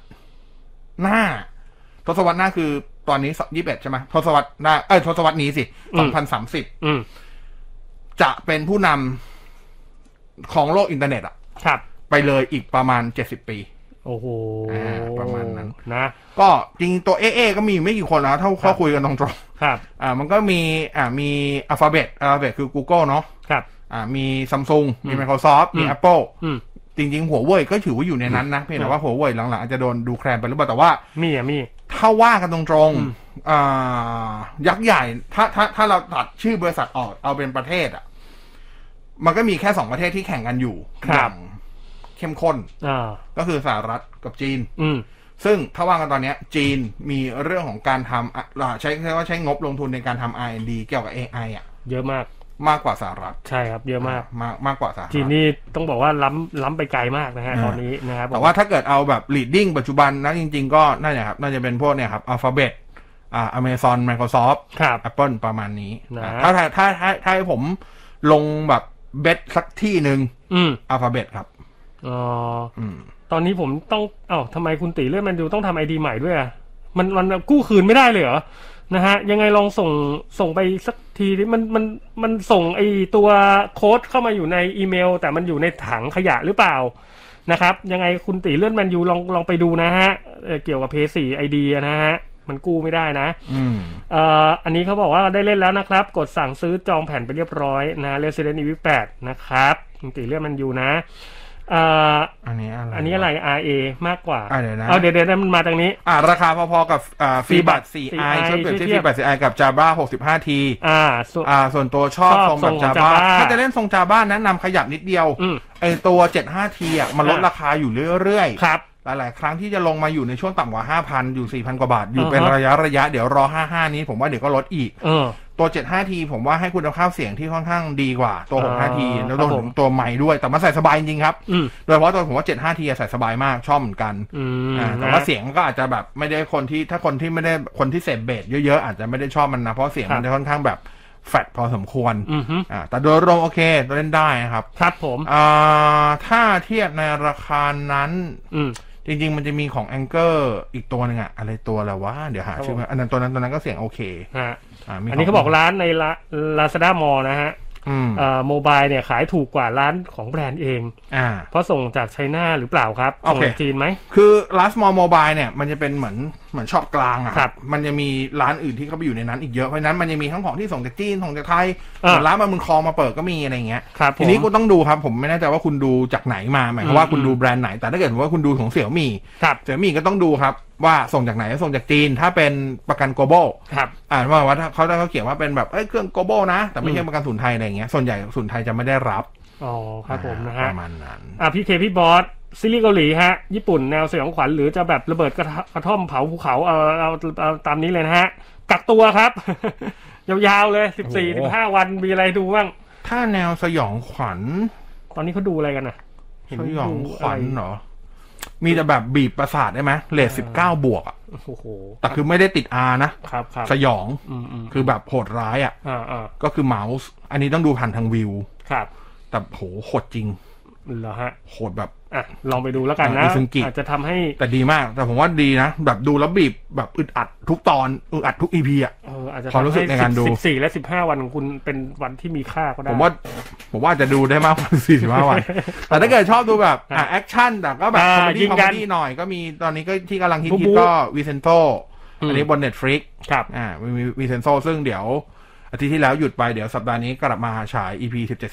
Speaker 3: หน้า ทศวรรษหน้าคือตอนนี้ยี่สิบเอ็ดใช่ไหมทศวรรษหน้าเอ้ยทศวรรษนี้สิสองพันสามสิบ
Speaker 4: อืม
Speaker 3: จะเป็นผู้นำของโลกอินเทอร์เน็ตอะ
Speaker 4: ครับ
Speaker 3: ไปเลยอีกประมาณเจ็ดสิบปี
Speaker 4: โอ้โห
Speaker 3: อ่าประมาณนั้น
Speaker 4: นะ
Speaker 3: ก็จริงๆตัวเอเอก็มีอยู่ไม่กี่คนแล้ว ถ้า
Speaker 4: ครั
Speaker 3: เขา
Speaker 4: บ
Speaker 3: คุยกันตรง
Speaker 4: ครับ
Speaker 3: ๆอ่า มันก็มีอ่ามีอัลฟาเบตอัลฟาเบตคือ Google เนาะ
Speaker 4: ครับ
Speaker 3: อ่ามีซัมซุงมี
Speaker 4: อืม
Speaker 3: Microsoft มี
Speaker 4: อืม
Speaker 3: Apple
Speaker 4: อืม
Speaker 3: จริงๆหัวเว่ยก็ถือว่าอยู่ในนั้นนะ เพียงแต่ว่าหัวเว่ยหลังๆอาจจะโดนดูแคลนไปหรือเปล่าแต่ว่า
Speaker 4: มีอ่ะมี
Speaker 3: ถ้าว่ากันตรง
Speaker 4: อืม
Speaker 3: ๆอ่ายักษ์ใหญ่ ถ้าถ้าถ้าเราตัดชื่อบริษัทออกเอาเป็นประเทศอ่ะ มันก็มีแค่สองประเทศที่แข่งกันอยู่อย่างเข้มข้น
Speaker 4: อ่า
Speaker 3: ก็คือสหรัฐกับจีน
Speaker 4: อืม
Speaker 3: ซึ่งถ้าว่ากันตอนเนี้ย จีนมีเรื่องของการทำอ่ะใช้ใช้ว่าใช้งบลงทุนในการทำ R&D เกี่ยวกับ AI อ่ะ
Speaker 4: เยอะมาก
Speaker 3: มากกว่าสหรัฐ
Speaker 4: ใช่ครับ เยอะมาก
Speaker 3: มากมากกว่าสหรัฐ
Speaker 4: จีนนี่ต้องบอกว่าล้ำล้ำไปไกลมากนะฮะ
Speaker 3: อ่า
Speaker 4: ตอนนี้นะครับ
Speaker 3: แต่ว่าถ้าเกิดเอาแบบ leading ปัจจุบันนะจริง ๆ ก็น่าจะครับน่าจะเป็นพวกเนี่ยครับ Alphabet อ่า Amazon Microsoft
Speaker 4: ครับ
Speaker 3: Apple ประมาณนี้
Speaker 4: นะ
Speaker 3: อ่ะถ้าถ้าถ้าถ้าให้ผมลงแบบ เบสสักที่หนึ่ง
Speaker 4: อืม
Speaker 3: อัลฟาเบตครับ
Speaker 4: อ๋อ
Speaker 3: อืม
Speaker 4: ตอนนี้ผมต้องเอ้าทำไมคุณตีเลื่อนแมนยูต้องทำไอดีใหม่ด้วยอ่ะมันมันกู้คืนไม่ได้เลยเหรอนะฮะ ยังไงลองส่งส่งไปสักทีดิมันมันมันส่งไอตัวโค้ดเข้ามาอยู่ในอีเมล แต่มันอยู่ในถังขยะหรือเปล่านะครับ ยังไงคุณตีเลื่อนแมนยูลองลองไปดูนะฮะเอ่อเกี่ยวกับเพย์สี่ไอดีนะฮะ มันกู้ไม่ได้นะ
Speaker 3: อืม
Speaker 4: เอ่ออันนี้เขาบอกว่าได้เล่นแล้วนะครับ กดสั่งซื้อจองแผ่นไปเรียบร้อยนะ Resident Evil 8 นะครับคุณติเรื่องมันอยู่นะเอ่อ
Speaker 3: อันนี้อะไร
Speaker 4: อันนี้อะไร RA มากกว่า
Speaker 3: อ่ะเดี๋ยวนะ
Speaker 4: เอาเดี๋ยวเดี๋ยวนะมันมาทางนี้
Speaker 3: อ่าราคาพอๆกับอ่าฟีบัต 4i ช่วยเปรียบเทียบฟีบัต 4i กับ Java 65t
Speaker 4: อ่าส่วน
Speaker 3: อ่าส่วนตัวชอบ
Speaker 4: ชอบ
Speaker 3: ทรงแบบ
Speaker 4: ทรงของ
Speaker 3: Java
Speaker 4: Java
Speaker 3: ถ้าจะเล่นทรง Java แนะนำขยับนิดเดียว
Speaker 4: อืม
Speaker 3: ไอตัว 75t อ่ะมันลด
Speaker 4: อ่ะ
Speaker 3: ราคาอยู่เรื่อยๆ
Speaker 4: ครับ
Speaker 3: หลาย ๆ ครั้งที่จะลงมาอยู่ในช่วงต่ำกว่า 5,000 อยู่ 4,000 กว่าบาท อยู่
Speaker 4: อ่าฮะ
Speaker 3: เป็นระยะระยะเดี๋ยวรอ 55 นี้ผมว่าเดี๋ยวก็ลดอีก
Speaker 4: เออ
Speaker 3: ตัว 75T ผมว่าให้คุณภาพเสียงที่ค่อนข้างดีกว่า ตัว
Speaker 4: อ่า
Speaker 3: 65T แล้วตัวผมตัวใหม่ด้วย แต่มันใส่สบายจริงๆครับ
Speaker 4: อืม
Speaker 3: โดยเฉพาะตัวผมว่า 75T อะใส่สบายมากชอบเหมือนกัน
Speaker 4: อืม
Speaker 3: อ่าแต่ว่าเสียงก็อาจจะแบบไม่ได้คนที่ถ้าคนที่ไม่ได้คนที่เสพเบสเยอะ ๆ อาจจะไม่ได้ชอบมันนะเพราะเสียงมันจะค่อนข้างแบบแฟดพอสมควร
Speaker 4: อืมฮึ
Speaker 3: อ่าแต่โดยรวมโอเคเล่นได้นะครับ
Speaker 4: ครับผม
Speaker 3: อ่าถ้าเทียบในราคานั้น
Speaker 4: อืม
Speaker 3: จริงๆ มันจะมีของแองเกอร์อีกตัวหนึ่งอะอะไรตัวแล้ววะเดี๋ยวหา
Speaker 4: ครับ
Speaker 3: ชื่อมาอันนั้นตัวนั้นตัวนั้นก็เสียงโอเค
Speaker 4: ฮะ
Speaker 3: อ่ามี
Speaker 4: อันนี้เขาบอกร้านในลาลาซาด้ามอนะฮะ
Speaker 3: อืม
Speaker 4: เอ่อโมบายเนี่ยขายถูกกว่าร้านของแบรนด์เอง
Speaker 3: อ่า
Speaker 4: เพราะส่งจากไชน่าหรือเปล่าครับ
Speaker 3: โอ
Speaker 4: ส่ง
Speaker 3: เค
Speaker 4: จากจีนไหม
Speaker 3: คือ last mall mobile เนี่ย มันจะเป็นเหมือนเหมือนช็อปกลางอะ
Speaker 4: ครับ
Speaker 3: มันจะมีร้านอื่นที่เขาไปอยู่ในนั้นอีกเยอะ เพราะฉะนั้นมันจะมีทั้งของที่ส่งจากจีนส่งจากไทย
Speaker 4: อ่า
Speaker 3: เหมือนร้านมามึงคลองมาเปิดก็มีอะไรอย่างเงี้ย
Speaker 4: ครับผม
Speaker 3: ทีนี้คุณต้องดูครับผมไม่แน่ใจว่าคุณดูจากไหนมาหมายความว่า
Speaker 4: อืม
Speaker 3: คุณดูแบรนด์ไหน แต่ถ้าเกิดว่าคุณดูของเสี่ยวมี่
Speaker 4: ครับ
Speaker 3: เสี่ยวมี่ก็ต้องดูครับว่าส่งจากไหนส่งจากจีน ถ้าเป็นประกัน global
Speaker 4: ครับ
Speaker 3: อ่านว่าว่าเขาได้เขาเขียนว่าเป็นแบบเอ้ยเครื่องโกโบนะ แต่ไม่
Speaker 4: อืม
Speaker 3: ใช่ประกันศูนย์ไทยอะไรอย่างเงี้ยส่วนใหญ่ศูนย์ไทยจะไม่ได้รับ
Speaker 4: อ๋อครับผมนะฮะ
Speaker 3: ประมาณนั้น
Speaker 4: อ่ะพี่เคพี่บอสซีรีส์เกาหลีฮะ ญี่ปุ่นแนวสยองขวัญหรือจะแบบระเบิดกระทะกระท่อมเผาภูเขาเอาเอาเอาตามนี้เลยนะฮะ กักตัวครับ ยาวๆเลยสิบสี่
Speaker 3: โอ้
Speaker 4: สิบ
Speaker 3: โห
Speaker 4: ห้าวันมีอะไรดูบ้าง
Speaker 3: ถ้าแนวสยองขวัญ
Speaker 4: ตอนนี้เขาดูอะไรกันน่ะเห็น
Speaker 3: ส
Speaker 4: ดู
Speaker 3: ยองขวัญ
Speaker 4: ะไร
Speaker 3: เหรอ มีแต่แบบบีบประสาทได้ไหมเลทสิบเก้าบวกอะ
Speaker 4: โอ้โห
Speaker 3: แต่คือไม่ได้ติดอานะ
Speaker 4: ครับครับ
Speaker 3: สยอง
Speaker 4: อืมอืม
Speaker 3: คือแบบโหดร้ายอ่ะ
Speaker 4: อ่าอ่า
Speaker 3: ก็คือเมาส์ อันนี้ต้องดูผ่านทางวิว
Speaker 4: ครับ
Speaker 3: แต่โหโหดจริง
Speaker 4: เหรอฮะ
Speaker 3: โหดแบบ
Speaker 4: อ่ะลองไปดูแล้วกันนะ
Speaker 3: อ่ะอิซึงกิ
Speaker 4: อาจจะทำให้
Speaker 3: แต่ดีมาก แต่ผมว่าดีนะ แบบดูแล้วบีบแบบอึดอัดทุกตอนอึดอัดทุกอีพีอ่ะ
Speaker 4: เอออาจจะ
Speaker 3: ความรู้สึกในการดู
Speaker 4: สิบสี่และสิบห้าวันของคุณเป็นวันที่มีค่าก็ได้
Speaker 3: ผมว่าผมว่าจะดูได้มากก ว่า 45 วัน แต่ถ้าเกิดชอบดูแบบอ่ะแอคชั่นแต่ก็แบบค
Speaker 4: อ่า
Speaker 3: อมเม
Speaker 4: ยิ
Speaker 3: ดี้
Speaker 4: ง
Speaker 3: คอม
Speaker 4: กั
Speaker 3: เม
Speaker 4: น
Speaker 3: ดี้หน่อยก็มีตอนนี้ก็ที่กำลังฮิต
Speaker 4: บู๊
Speaker 3: ฮิตก็วิเซนโต
Speaker 4: อืม
Speaker 3: อันนี้บนเน็ตฟลิก
Speaker 4: ครับ
Speaker 3: อ่ามีวิเซนโตซึ่งเดี๋ยว อาทิตย์ที่แล้วหยุดไปเดี๋ยวสัปดาห์นี้กลับมาฉาย EP
Speaker 4: อ่า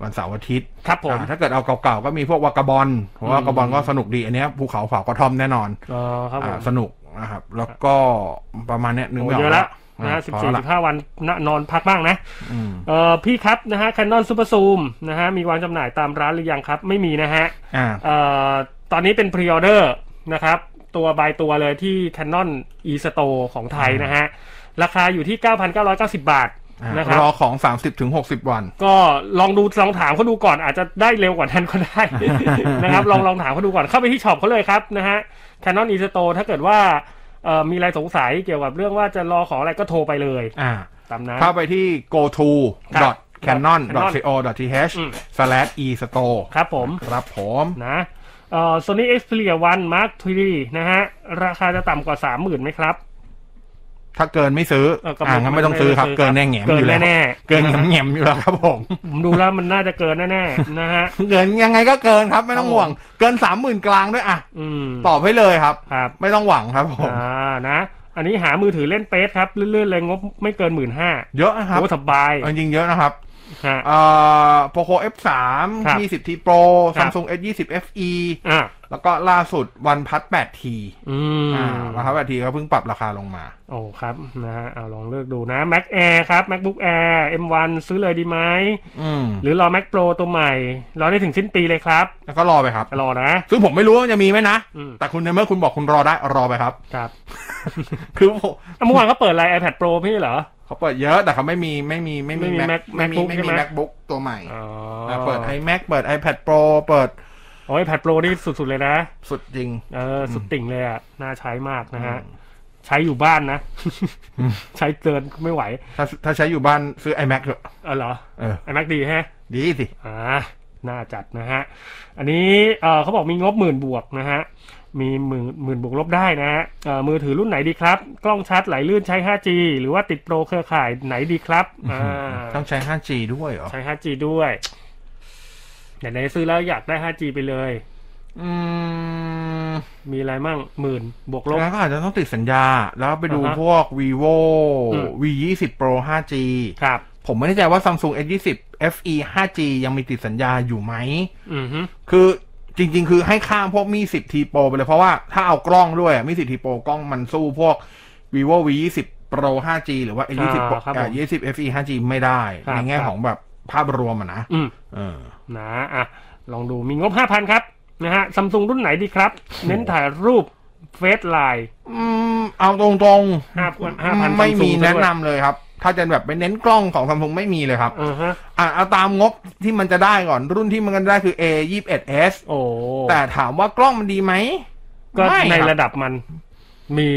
Speaker 3: 17-18 วันเสาร์อาทิตย์
Speaker 4: ครับผม
Speaker 3: อ่าถ้าเกิดเอาเก่าๆ ก็มีพวกวากาบอลผมว่าวากาบอลก็สนุกดีอันเนี้ยภูเขาเผากระท่อมแน่นอน
Speaker 4: อ๋อครับผ
Speaker 3: อ่าม สนุกนะครับแล้วก็ประมาณเนี้ยนึก
Speaker 4: โอ้
Speaker 3: ไม่ออ
Speaker 4: เย
Speaker 3: ก
Speaker 4: อะละนะ
Speaker 3: อ่า
Speaker 4: สิบ
Speaker 3: พอ
Speaker 4: สี่
Speaker 3: แล้ว
Speaker 4: สิ
Speaker 3: ล่ะ
Speaker 4: บห้าวันนะนอนพักบ้างนะ
Speaker 3: อืม
Speaker 4: เออพี่ครับนะฮะ Canon Super Zoom นะฮะ มีวางจำหน่ายตามร้านหรือยังครับ ไม่มีนะฮะ
Speaker 3: อ่า
Speaker 4: เอ่อตอนนี้เป็นพรีออเดอร์นะครับ ตัวบายตัวเลยที่ Canon e Store ของไทยนะฮะ ราคาอยู่ที่ 9,990 บาท
Speaker 3: อ่า
Speaker 4: นะครับ
Speaker 3: รอของ 30ถึง60 วัน
Speaker 4: ก็ลองดูลองถามเขาดูก่อนอาจจะได้เร็วกว่านั้นก็ได้ นะครับ ลองลองถามเขาดูก่อนเข้าไปที่ช็อปเขาเลยครับนะฮะ Canon e Store ถ้าเกิดว่าเอ่อมีอะไรสงสัยเกี่ยวกับเรื่องว่าจะรอของอะไรก็โทรไปเลย
Speaker 3: อ่า
Speaker 4: ตามนั้น
Speaker 3: เข้าไปที่ go to
Speaker 4: ครับ
Speaker 3: canon
Speaker 4: canon
Speaker 3: co th
Speaker 4: อืม
Speaker 3: slash e store
Speaker 4: ครับผม
Speaker 3: ครับผม
Speaker 4: นะเอ่อ Sony Xperia 1 Mark III นะฮะ ราคาจะต่ำกว่า 30,000ไหมครับ
Speaker 3: ถ้าเกินไม่ซื้อ
Speaker 4: เออก็ไม่
Speaker 3: อ่างั้นไม่ต้องซื้อครับ
Speaker 4: ไม่ต้องซื้อ
Speaker 3: เกินแง่แง่อ
Speaker 4: เกิ
Speaker 3: น ยู่แล้ว
Speaker 4: แน่ๆ
Speaker 3: เกินแง่แง่อยู่แล้วครับผม
Speaker 4: ผมดูแล้วมันน่าจะเกินแน่ๆ นะฮะ
Speaker 3: เกินยังไงก็เกินครับไม่ต้อง
Speaker 4: ครับผม
Speaker 3: ห่วง เกินสามหมื่นกลางด้วยอ่ะ
Speaker 4: อืม
Speaker 3: ตอบให้เลยครับ
Speaker 4: ครับ
Speaker 3: ไม่ต้องหวังครับผม
Speaker 4: อ่านะ อันนี้หามือถือเล่นเปซครับลื่นๆเลยงบไม่เกินหมื่นห้า
Speaker 3: เยอะนะครับ
Speaker 4: โอ้สบาย
Speaker 3: จริงๆเยอะนะครับ
Speaker 4: ฮะ
Speaker 3: เอ่อ poco f 3
Speaker 4: ครับ
Speaker 3: 20 t pro
Speaker 4: ครับ
Speaker 3: samsung s 20 fe
Speaker 4: อ่า
Speaker 3: แล้วก็ล่าสุดวันพัด 8t
Speaker 4: อืม
Speaker 3: อ่าวันพัด 8t ก็เพิ่งปรับราคาลงมา
Speaker 4: โอ้ครับนะฮะเอาลองเลือกดูนะ Mac Air ครับ MacBook Air M1 ซื้อเลยดีไหม
Speaker 3: อืม
Speaker 4: หรือรอ Mac Pro ตัวใหม่ รอได้ถึงสิ้นปีเลยครับ
Speaker 3: แล้วก็รอไปครับ
Speaker 4: รอนะ
Speaker 3: ซึ่งผมไม่รู้ว่ามันจะมีไหมนะ
Speaker 4: อืม
Speaker 3: แต่คุณในเมื่อคุณบอกคุณรอได้รอไปครับ
Speaker 4: ครับ
Speaker 3: คือผม
Speaker 4: อ่ะเมื่อวานเขาเปิดอะไร iPad Pro ไม่ใช่เหรอ
Speaker 3: เขาเปิดเยอะแต่เขาไม่มีไม่มีไม่มี
Speaker 4: ไม่มี Mac
Speaker 3: ไม่มี
Speaker 4: MacBook
Speaker 3: ไม่
Speaker 4: ใช่
Speaker 3: มี
Speaker 4: ไหม
Speaker 3: MacBook ตัวใหม่
Speaker 4: อ๋อ
Speaker 3: อ่ะเปิด iMac เปิด iPad Pro เปิด
Speaker 4: โอ้ยแพดโปรนี่สุดๆเลยนะ
Speaker 3: สุดจริง
Speaker 4: เออ สุดติ่งเลยอ่ะ น่าใช้มากนะฮะ ใช้อยู่บ้านนะ ใช้เกินไม่ไหว
Speaker 3: ถ้าถ้าใช้อยู่บ้านซื้อ iMac เถอะ
Speaker 4: เออเหรอ
Speaker 3: เออ
Speaker 4: ไอแม็กดีแฮะ
Speaker 3: ดีสิ
Speaker 4: อ่าน่าจัดนะฮะ อันนี้เอ่อเขาบอกมีงบหมื่นบวกนะฮะ มีหมื่นหมื่นบวกลบได้นะฮะเอ่อมือถือรุ่นไหนดีครับ กล้องชัดไหลลื่นใช้ 5G หรือว่าติดโปรเครือข่ายไหนดีครับอ่า
Speaker 3: ต้องใช้ 5G ด้วยเหรอ
Speaker 4: ใช้ 5G ด้วยไหนๆซื้อแล้วอยากได้ 5G ไปเลย
Speaker 3: อืม
Speaker 4: มีอะไรมั่งหมื่นบวกลบ
Speaker 3: แล้วก็อาจจะต้องติดสัญญา แล้วไปดู
Speaker 4: อ่าฮะ
Speaker 3: พวก vivo
Speaker 4: อืม
Speaker 3: v 2 0 pro 5G
Speaker 4: ครับ
Speaker 3: ผมไม่แน่ใจว่า Samsung S 2 0 FE 5G ยังมีติดสัญญาอยู่ไหม
Speaker 4: อือฮึ
Speaker 3: คือจริง ๆ คือให้ข้ามพวกมี 10T Pro ไปเลย เพราะว่าถ้าเอากล้องด้วยมี 10T Pro กล้องมันสู้พวก vivo v 2 0 pro 5G หรือว่า S 2 0 Pro
Speaker 4: อ่าครับผม
Speaker 3: 2 0 FE 5G ไม่ได้
Speaker 4: ครับ
Speaker 3: ในแง่
Speaker 4: ครับ
Speaker 3: ของแบบภาพรวมอะนะ
Speaker 4: อืม
Speaker 3: เออ
Speaker 4: นะอ่ะลองดูมีงบ 5,000 ครับนะฮะซัมซุงรุ่นไหนดีครับ เน้นถ่ายรูปเฟซไลน์
Speaker 3: อืมเอาตรง
Speaker 4: ห้าพันห้าพัน
Speaker 3: ๆ ไม่มี
Speaker 4: Samsung
Speaker 3: แนะ
Speaker 4: ด้วย
Speaker 3: นำเลยครับ ถ้าจะแบบไปเน้นกล้องของซัมซุงไม่มีเลยครับ
Speaker 4: อ่าฮะ
Speaker 3: อ่ะเอาตามงบที่มันจะได้ก่อนรุ่นที่มันจะได้คือ A 2 1 S
Speaker 4: โอ้
Speaker 3: แต่ถามว่ากล้องมันดีไหม
Speaker 4: ก็
Speaker 3: ไม่
Speaker 4: ใน
Speaker 3: คบ
Speaker 4: ระดับมันมี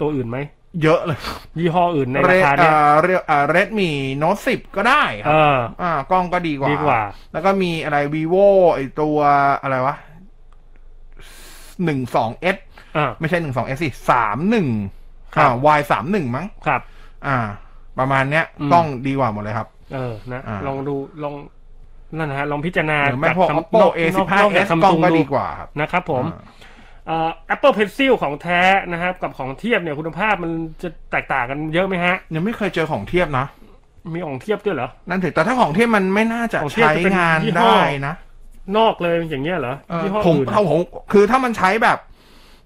Speaker 4: ตัวอื่นไหม
Speaker 3: เยอะเลย
Speaker 4: ยี่ห้ออื่นใน
Speaker 3: เร
Speaker 4: รา
Speaker 3: ด
Speaker 4: คาเนี้ย
Speaker 3: อ่าเรดอ่าเรดมีโน้ตสิบก็ได้ค
Speaker 4: เอ
Speaker 3: รับ
Speaker 4: อ
Speaker 3: อ่ากล้องก็ดีกว่า
Speaker 4: ดีกว่า
Speaker 3: แล้วก็มีอะไร vivo ไอตัวอะไรวะหนึ่งสอง S
Speaker 4: อ่ะ
Speaker 3: ไม่ใช่หนึ่งสองเอสสิสามหนึ่ง
Speaker 4: ครับ
Speaker 3: อ่า Y สามหนึ่งมั้ง
Speaker 4: ครับ
Speaker 3: อ่า ประมาณเนี้ย
Speaker 4: อืม
Speaker 3: กล้องดีกว่าหมดเลยครับ
Speaker 4: เออนะ
Speaker 3: อ่า
Speaker 4: ลองดูลองนั่นนะฮะลองพิจารณา
Speaker 3: หรือไม่
Speaker 4: จาก
Speaker 3: พวก
Speaker 4: คำ
Speaker 3: oppo
Speaker 4: นอก
Speaker 3: a
Speaker 4: นอก
Speaker 3: 1 5
Speaker 4: จา
Speaker 3: s
Speaker 4: คำ
Speaker 3: กล้อง
Speaker 4: ซู
Speaker 3: ก็ดีกว่าครับ
Speaker 4: นะครับผม
Speaker 3: อ่า
Speaker 4: เอ่อ Apple Pencil ของแท้นะครับ กับของเทียบเนี่ยคุณภาพมันจะแตกต่างกันเยอะไหมฮะ
Speaker 3: ยังไม่เคยเจอของเทียบนะ
Speaker 4: มีของเทียบด้วยเหรอ
Speaker 3: นั่นถือแต่ถ้าของเทียบมันไม่น่าจะ
Speaker 4: ของเทียบ
Speaker 3: ใช้
Speaker 4: จะเป็น
Speaker 3: งาน
Speaker 4: ยี่ห้อ
Speaker 3: ได้นะ
Speaker 4: นอกเลยอย่างเงี้ยเหรอ
Speaker 3: เออ
Speaker 4: ยี่ห้อ
Speaker 3: ผม
Speaker 4: อื่น
Speaker 3: เอาผมคือถ้ามันใช้แบบ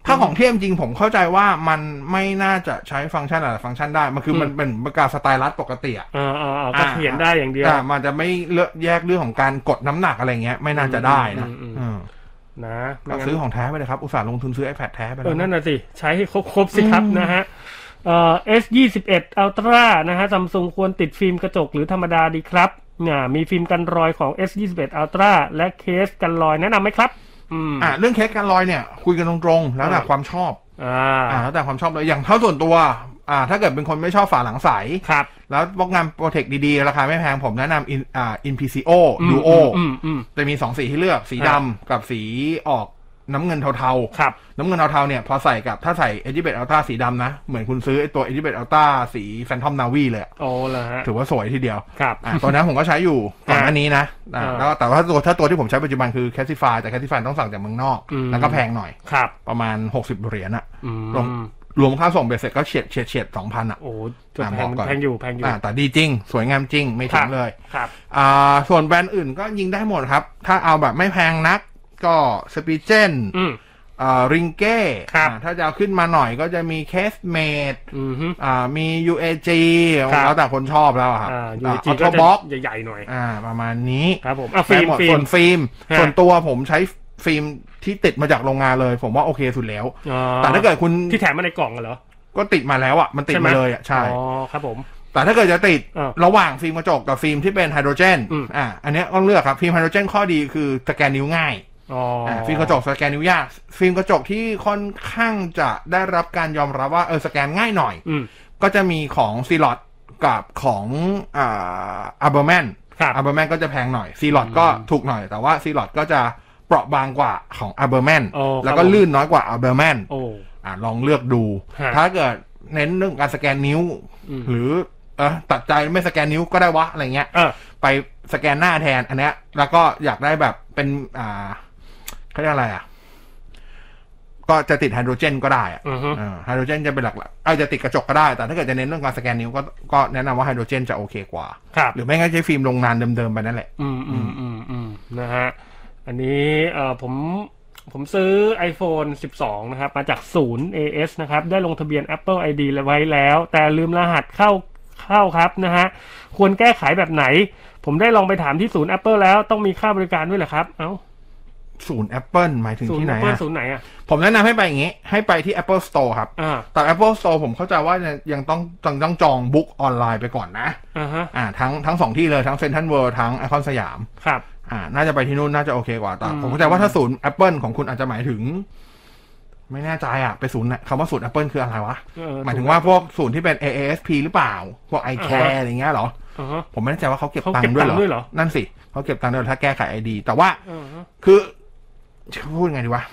Speaker 3: ถ้าของเทียบจริงผมเข้าใจว่ามันไม่น่าจะใช้ฟังก์ชันอะไรฟังก์ชันได้ มันคือมันเป็นปากกาสไตลัสปกติอะ
Speaker 4: อ่าอ่าอ่าก็เขียนได้อย่างเดียว
Speaker 3: อ่ามันจะไม่เลือกแยกเรื่องของการกดน้ำหนักอะไรเงี้ย ไม่น่าจะได้นะ
Speaker 4: อืมอืมอืม
Speaker 3: อืม
Speaker 4: นะไม่
Speaker 3: ก็
Speaker 4: งั้น
Speaker 3: ซื้อของแท้ไปเลยครับ อุตส่าห์ลงทุนซื้อ iPad แท้ไปแล้
Speaker 4: เอ
Speaker 3: ว
Speaker 4: อ นั่นน่ะสิ ใช้ให้ครบครบสิครับนะฮะ เอ่อ S 2 1 Ultra นะฮะซัมซุงควรติดฟิล์มกระจกหรือธรรมดาดีครับน่ะมีฟิล์มกันรอยของ S 2 1 Ultra และเคสกันรอยแนะนำไหมครับ อืม
Speaker 3: อ่ะเรื่องเค้กการลอยเนี่ย คุยกันตรงๆ แล้วแต่
Speaker 4: อ่า
Speaker 3: ความชอบ
Speaker 4: อ่า
Speaker 3: อ่าแล้วแต่ความชอบเลยอย่างเท่าส่วนตัว อ่า ถ้าเกิดเป็นคนไม่ชอบฝาหลังใส
Speaker 4: ครับ
Speaker 3: แล้วพวกงานโปรเทคดีๆ ราคาไม่แพงผมแนะนำอินอ่า InPCO
Speaker 4: ม
Speaker 3: Duo
Speaker 4: อืมอืม
Speaker 3: จะมีสองสีที่เลือกสี
Speaker 4: ครั
Speaker 3: ดำ
Speaker 4: บ
Speaker 3: กับสีออกน้ำเงินเทา
Speaker 4: ครับ
Speaker 3: ๆ น้ำเงินเทาๆเนี่ย พอใส่กับถ้าใส่ e d i b e t Ultra สีดำนะ เหมือนคุณซื้อไอตัว e d i b e t Ultra สี Phantom Navi เลยอะ
Speaker 4: โอ้ละฮะ
Speaker 3: ถือว่าสวยทีเดียว
Speaker 4: ครับ
Speaker 3: อ่ะตอนนั้นผมก็ใช้อยู่ก่อนหน้านี้นะอ่ะ
Speaker 4: อ่า
Speaker 3: แล้วแต่ว่าตัวถ้าตัวที่ผมใช้ปัจจุบันคือ Casify แต่ Casify ต้องสั่งจากเมืองนอก
Speaker 4: อืม
Speaker 3: แล้วก็แพงหน่อย
Speaker 4: ครับ
Speaker 3: ประมาณ 60 เหรียญอะ
Speaker 4: อืม
Speaker 3: ลง รวมค่าส่งเบ็ดเสร็จก็เฉียดเฉียดเฉียดสองพันอะ
Speaker 4: โอ้จุด
Speaker 3: อ่ะ
Speaker 4: แพ
Speaker 3: บอง กก่อน
Speaker 4: แพงอยู่ แพงอยู่
Speaker 3: อ่ะแต่ดีจริง สวยงามจริงไม่ถึ
Speaker 4: ครั
Speaker 3: ง
Speaker 4: บ
Speaker 3: เลย
Speaker 4: ครับ
Speaker 3: อ่า ส่วนแบรนด์อื่นก็ยิงได้หมดครับ ถ้าเอาแบบไม่แพงนัก ก็สปีเจน
Speaker 4: อืม
Speaker 3: อ่าริงเก้
Speaker 4: ครับ
Speaker 3: ถ้าจะเอาขึ้นมาหน่อยก็จะมีเคสเมด
Speaker 4: อืมฮึ
Speaker 3: อ่ามี UAG
Speaker 4: ครับ
Speaker 3: แล้วแต่คนชอบแล้วอะครับ
Speaker 4: อ่ายู
Speaker 3: อ่า
Speaker 4: จี
Speaker 3: ออโต
Speaker 4: ก็
Speaker 3: บ็อก
Speaker 4: จะใหญ่ๆหน่อย
Speaker 3: อ่าประมาณนี้
Speaker 4: ครับผมอ่ะฟิ
Speaker 3: ได้
Speaker 4: ล์ม
Speaker 3: หมด
Speaker 4: ฟิ
Speaker 3: ส่
Speaker 4: ล์
Speaker 3: ว
Speaker 4: ม
Speaker 3: นฟิล์ม
Speaker 4: ฮะ
Speaker 3: ส่วนตัวผมใช้ฟิล์มที่ติดมาจากโรงงานเลย ผมว่าโอเคสุดแล้ว
Speaker 4: อ๋อ
Speaker 3: แต่ถ้าเกิดคุณ
Speaker 4: ที่แถมมาในกล่องกันเหรอ
Speaker 3: ก็ติดมาแล้วอ่ะมันติด
Speaker 4: ใช่ไหม
Speaker 3: มาเลยอ่ะใช่
Speaker 4: อ๋อ ครับผม
Speaker 3: แต่ถ้าเกิดจะติด
Speaker 4: อ่า
Speaker 3: ระหว่างฟิล์มกระจกกับฟิล์มที่เป็นไฮโดรเจน
Speaker 4: อืม
Speaker 3: อ่าอันเนี้ยต้องเลือกครับฟิล์มไฮโดรเจนข้อดีคือสแกนนิ้วง่าย
Speaker 4: อ๋ออ
Speaker 3: าฟิล์มกระจกสแกนนิ้วยากฟิล์มกระจกที่ค่อนข้างจะได้รับการยอมรับว่าเออสแกนง่ายหน่อย
Speaker 4: อืม
Speaker 3: ก็จะมีของซีลอตกับของอ่าอัลเบอร์แมน
Speaker 4: ครับ
Speaker 3: อัลเบอร์แมนก็จะแพงหน่อยซีลอดก็ถูกหน่อย แต่ว่าซีลอดก็จะเปราะบางกว่าของอัลเบอร์แมน
Speaker 4: โอ้ครับ
Speaker 3: แล้วก็ลื่นน้อยกว่าอัลเบอร์แมน
Speaker 4: โอ้
Speaker 3: อ่ะลองเลือกดู
Speaker 4: ฮะ
Speaker 3: ถ้าเกิดเน้นเรื่องการสแกนนิ้ว
Speaker 4: อืม
Speaker 3: หรือเออตัดใจไม่สแกนนิ้วก็ได้วะอะไรเงี้ย
Speaker 4: เออ
Speaker 3: ไปสแกนหน้าแทนอันเนี้ย แล้วก็อยากได้แบบเป็นอ่าเขาเรียกอะไรอ่ะ ก็จะติดไฮโดรเจนก็ได้อะ
Speaker 4: อือฮึ
Speaker 3: อ่าไฮโดรเจนจะเป็นหลักๆอาจจะติดกระจกก็ได้ แต่ถ้าเกิดจะเน้นเรื่องการสแกนนิ้วก็ก็แนะนำว่าไฮโดรเจนจะโอเคกว่า
Speaker 4: ครับ
Speaker 3: หรือไม่งั้นใช้ฟิล์มลงนานเดิมๆไปนั่นแหละ
Speaker 4: อืมอืมอืมอืมนะฮะ อันนี้เอ่อผมผมซื้อ iPhone 12 นะครับ มาจากศูนย์ AS นะครับ ได้ลงทะเบียน Apple ID ไว้แล้ว แต่ลืมรหัสเข้าเข้าครับนะฮะ ควรแก้ไขแบบไหน ผมได้ลองไปถามที่ศูนย์ Apple แล้วต้องมีค่าบริการด้วยเหรอครับ เอ้า
Speaker 3: ศูนย์ Apple หมายถึง
Speaker 4: ศูน
Speaker 3: ที่
Speaker 4: ย์
Speaker 3: ไหน
Speaker 4: Apple
Speaker 3: อะ
Speaker 4: ศูนย์ไหนอ่ะ
Speaker 3: ผมแนะนำให้ไปอย่างงี้ ให้ไปที่ Apple Store ครับ
Speaker 4: อ่า
Speaker 3: แต่ Apple Store ผมเข้าใจว่ายังยังต้องต้องต้องจองบุ๊กออนไลน์ไปก่อนนะ
Speaker 4: อ่าฮะ
Speaker 3: อ่า ทั้งทั้งสองที่เลย ทั้งเซ็นทรัลเวิ d ทั้งไอคอนสยาม
Speaker 4: ครับ
Speaker 3: อ่า น่าจะไปที่นู่นน่าจะโอเคกว่าแต่
Speaker 4: อืม
Speaker 3: ผมเข้าใจว่าถ้าศูนย์ Apple ของคุณอาจจะหมายถึง ไม่แน่ใจอ่ะ ไปศูนย์น่ะคำว่าศูนย์ Apple คืออะไรวะ
Speaker 4: เออ
Speaker 3: หมายถึงว่าพวกศูนย์ที่เป็น AASP หรือเปล่า พวก iCare
Speaker 4: อ่าฮะ
Speaker 3: อะไรเงี้ยเหรอ
Speaker 4: อ่าฮะ
Speaker 3: ผมไม่แน่ใจว่าเขาเก็บ
Speaker 4: เขา
Speaker 3: ตัง
Speaker 4: เก็บ
Speaker 3: ค์ด้วย
Speaker 4: ตังค์ด้วย
Speaker 3: เห
Speaker 4: เห
Speaker 3: ร
Speaker 4: ร
Speaker 3: อ
Speaker 4: อ
Speaker 3: นั่นสิ เขาเก็บตังค์ด้วยเหรอถ้าแก้ไข ID แต่ว่า
Speaker 4: อ่าฮะ
Speaker 3: คือจะพูดไงดีวะ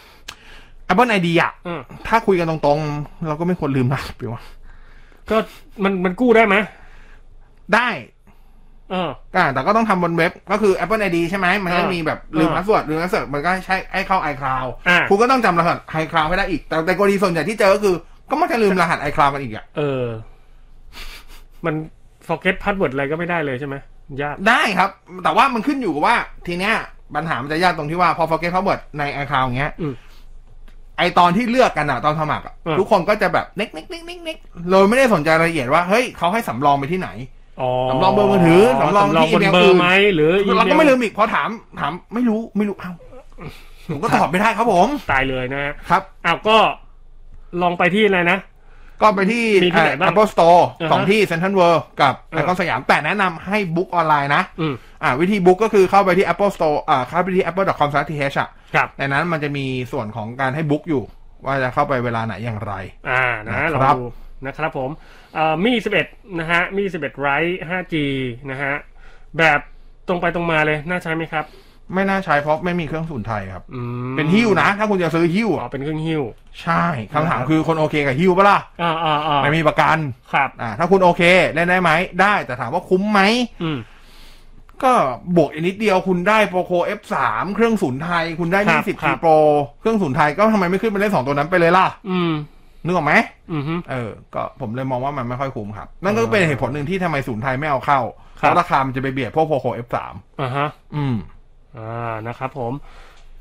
Speaker 3: Apple ID อ่ะ
Speaker 4: อ่า
Speaker 3: ถ้าคุยกันตรงๆ เราก็ไม่ควรลืมนะ พี่ว่า
Speaker 4: ก็มันมันกู้ได้ไหม
Speaker 3: ได้
Speaker 4: เออ
Speaker 3: อ่าแต่ก็ต้องทำบนเว็บ ก็คือ Apple ID ใช่ไหม มันก็
Speaker 4: อ่ามี
Speaker 3: มีแบบลืม
Speaker 4: อ่า
Speaker 3: พาสเวิร์ดลืมพาสเวิร์ดมันก็ใช้ให้เข้า iCloud
Speaker 4: อ่า
Speaker 3: คุณก็ต้องจำรหัส iCloud ให้ได้อีก แต่แต่กรณีส่วนใหญ่ที่เจอก็คือ ก็มักจะลืมรหัส iCloud กันอีกอ่ะ
Speaker 4: เออ มัน forget password อะไรก็ไม่ได้เลยใช่ไหมยาก
Speaker 3: ได้ครับ แต่ว่ามันขึ้นอยู่กับว่าทีเนี้ยปัญหามันจะยากตรงที่ว่าพอ forget password ใน iCloud อย่างเงี้ย
Speaker 4: อืม
Speaker 3: ไอตอนที่เลือกกันอะตอนสมัครอะ
Speaker 4: อ่า
Speaker 3: ทุกคนก็จะแบบเน็กเน็กเน็กเน็กเน็กเลยไม่ได้สนใจรายละเอียดว่าเฮ้ยเขาให้สำรองไปที่ไหน
Speaker 4: อ๋อ
Speaker 3: สำรองเบอร์มือถือสำรองที่
Speaker 4: บน
Speaker 3: อีเมล
Speaker 4: เบอ
Speaker 3: อื่
Speaker 4: ร์
Speaker 3: น
Speaker 4: ไหมหรืออี
Speaker 3: เรา
Speaker 4: เม
Speaker 3: ก็
Speaker 4: ล
Speaker 3: ไม่ลืมอีกพอถามถามไม่รู้ไม่รู้เอ้า ผมก็ตอบไม่ได้ครับผม
Speaker 4: ตายเลยนะฮะ
Speaker 3: ครับ
Speaker 4: อ้าวก็ลองไปที่อะไรนะ
Speaker 3: ก็ไปที่
Speaker 4: มีที่ไหนบ้า
Speaker 3: เอ่
Speaker 4: ง
Speaker 3: อ Apple Store
Speaker 4: อ่าฮะ
Speaker 3: สองที่ Central World กับ
Speaker 4: เอ
Speaker 3: ไอ
Speaker 4: อ
Speaker 3: คอนสยามแต่แนะนำให้บุ๊กออนไลน์นะ
Speaker 4: อืม
Speaker 3: อ่าวิธีบุ๊กก็คือเข้าไปที่ Apple Store อ่าเข้าไปที่ apple.com/th อ่ะ
Speaker 4: ครับ
Speaker 3: ในนั้นมันจะมีส่วนของการให้บุ๊กอยู่ ว่าจะเข้าไปเวลาไหนอย่างไร
Speaker 4: อ่านะ
Speaker 3: นะ
Speaker 4: ลอง
Speaker 3: ครับ
Speaker 4: ดูนะครับผมเอ่อมี่11 นะฮะ มี่ 11 ไร 5G นะฮะ แบบตรงไปตรงมาเลย น่าใช้ไหมครับ
Speaker 3: ไม่น่าใช้เพราะไม่มีเครื่องสูนย์ไทยครับ
Speaker 4: อืม
Speaker 3: เป็นหิ้วนะ ถ้าคุณจะซื้อหิ้ว
Speaker 4: อ๋อ
Speaker 3: อ่ะ
Speaker 4: เป็นเครื่องหิ้ว
Speaker 3: ใช่คำถามคือคนโอเคกับหิ้วปะล่ะ
Speaker 4: อ่าอ่าอ่า
Speaker 3: ไม่มีประกัน
Speaker 4: ครับ
Speaker 3: อ่าถ้าคุณโอเคเล่นได้ไหมได้แต่ถามว่าคุ้มไหม
Speaker 4: อืม
Speaker 3: ก็บวกอีกนิดเดียวคุณได้โปรโค F3 เครื่องสูนย์ไทย คุณได้
Speaker 4: ครั
Speaker 3: ยี่
Speaker 4: บ
Speaker 3: สิบ
Speaker 4: ค
Speaker 3: ที
Speaker 4: รับ
Speaker 3: โปรเครื่องสูนย์ไทยก็ทำไมไม่ขึ้นไปเล่นสองตัวนั้นไปเลยล่ะ
Speaker 4: อืม
Speaker 3: นึกออกไหม
Speaker 4: อืมฮึ
Speaker 3: เออก็ผมเลยมองว่ามันไม่ค่อยคุ้มครับ นั่นก็เป็นเหตุผลหนึ่งที่ทำไมสูนย์ไทยไม่เอาเข้า
Speaker 4: ค
Speaker 3: เพ
Speaker 4: รับ
Speaker 3: ราะราคามันจะไปเบียดพวกโปรโค F3
Speaker 4: อ่าฮะ
Speaker 3: อืม
Speaker 4: อ่า นะครับผม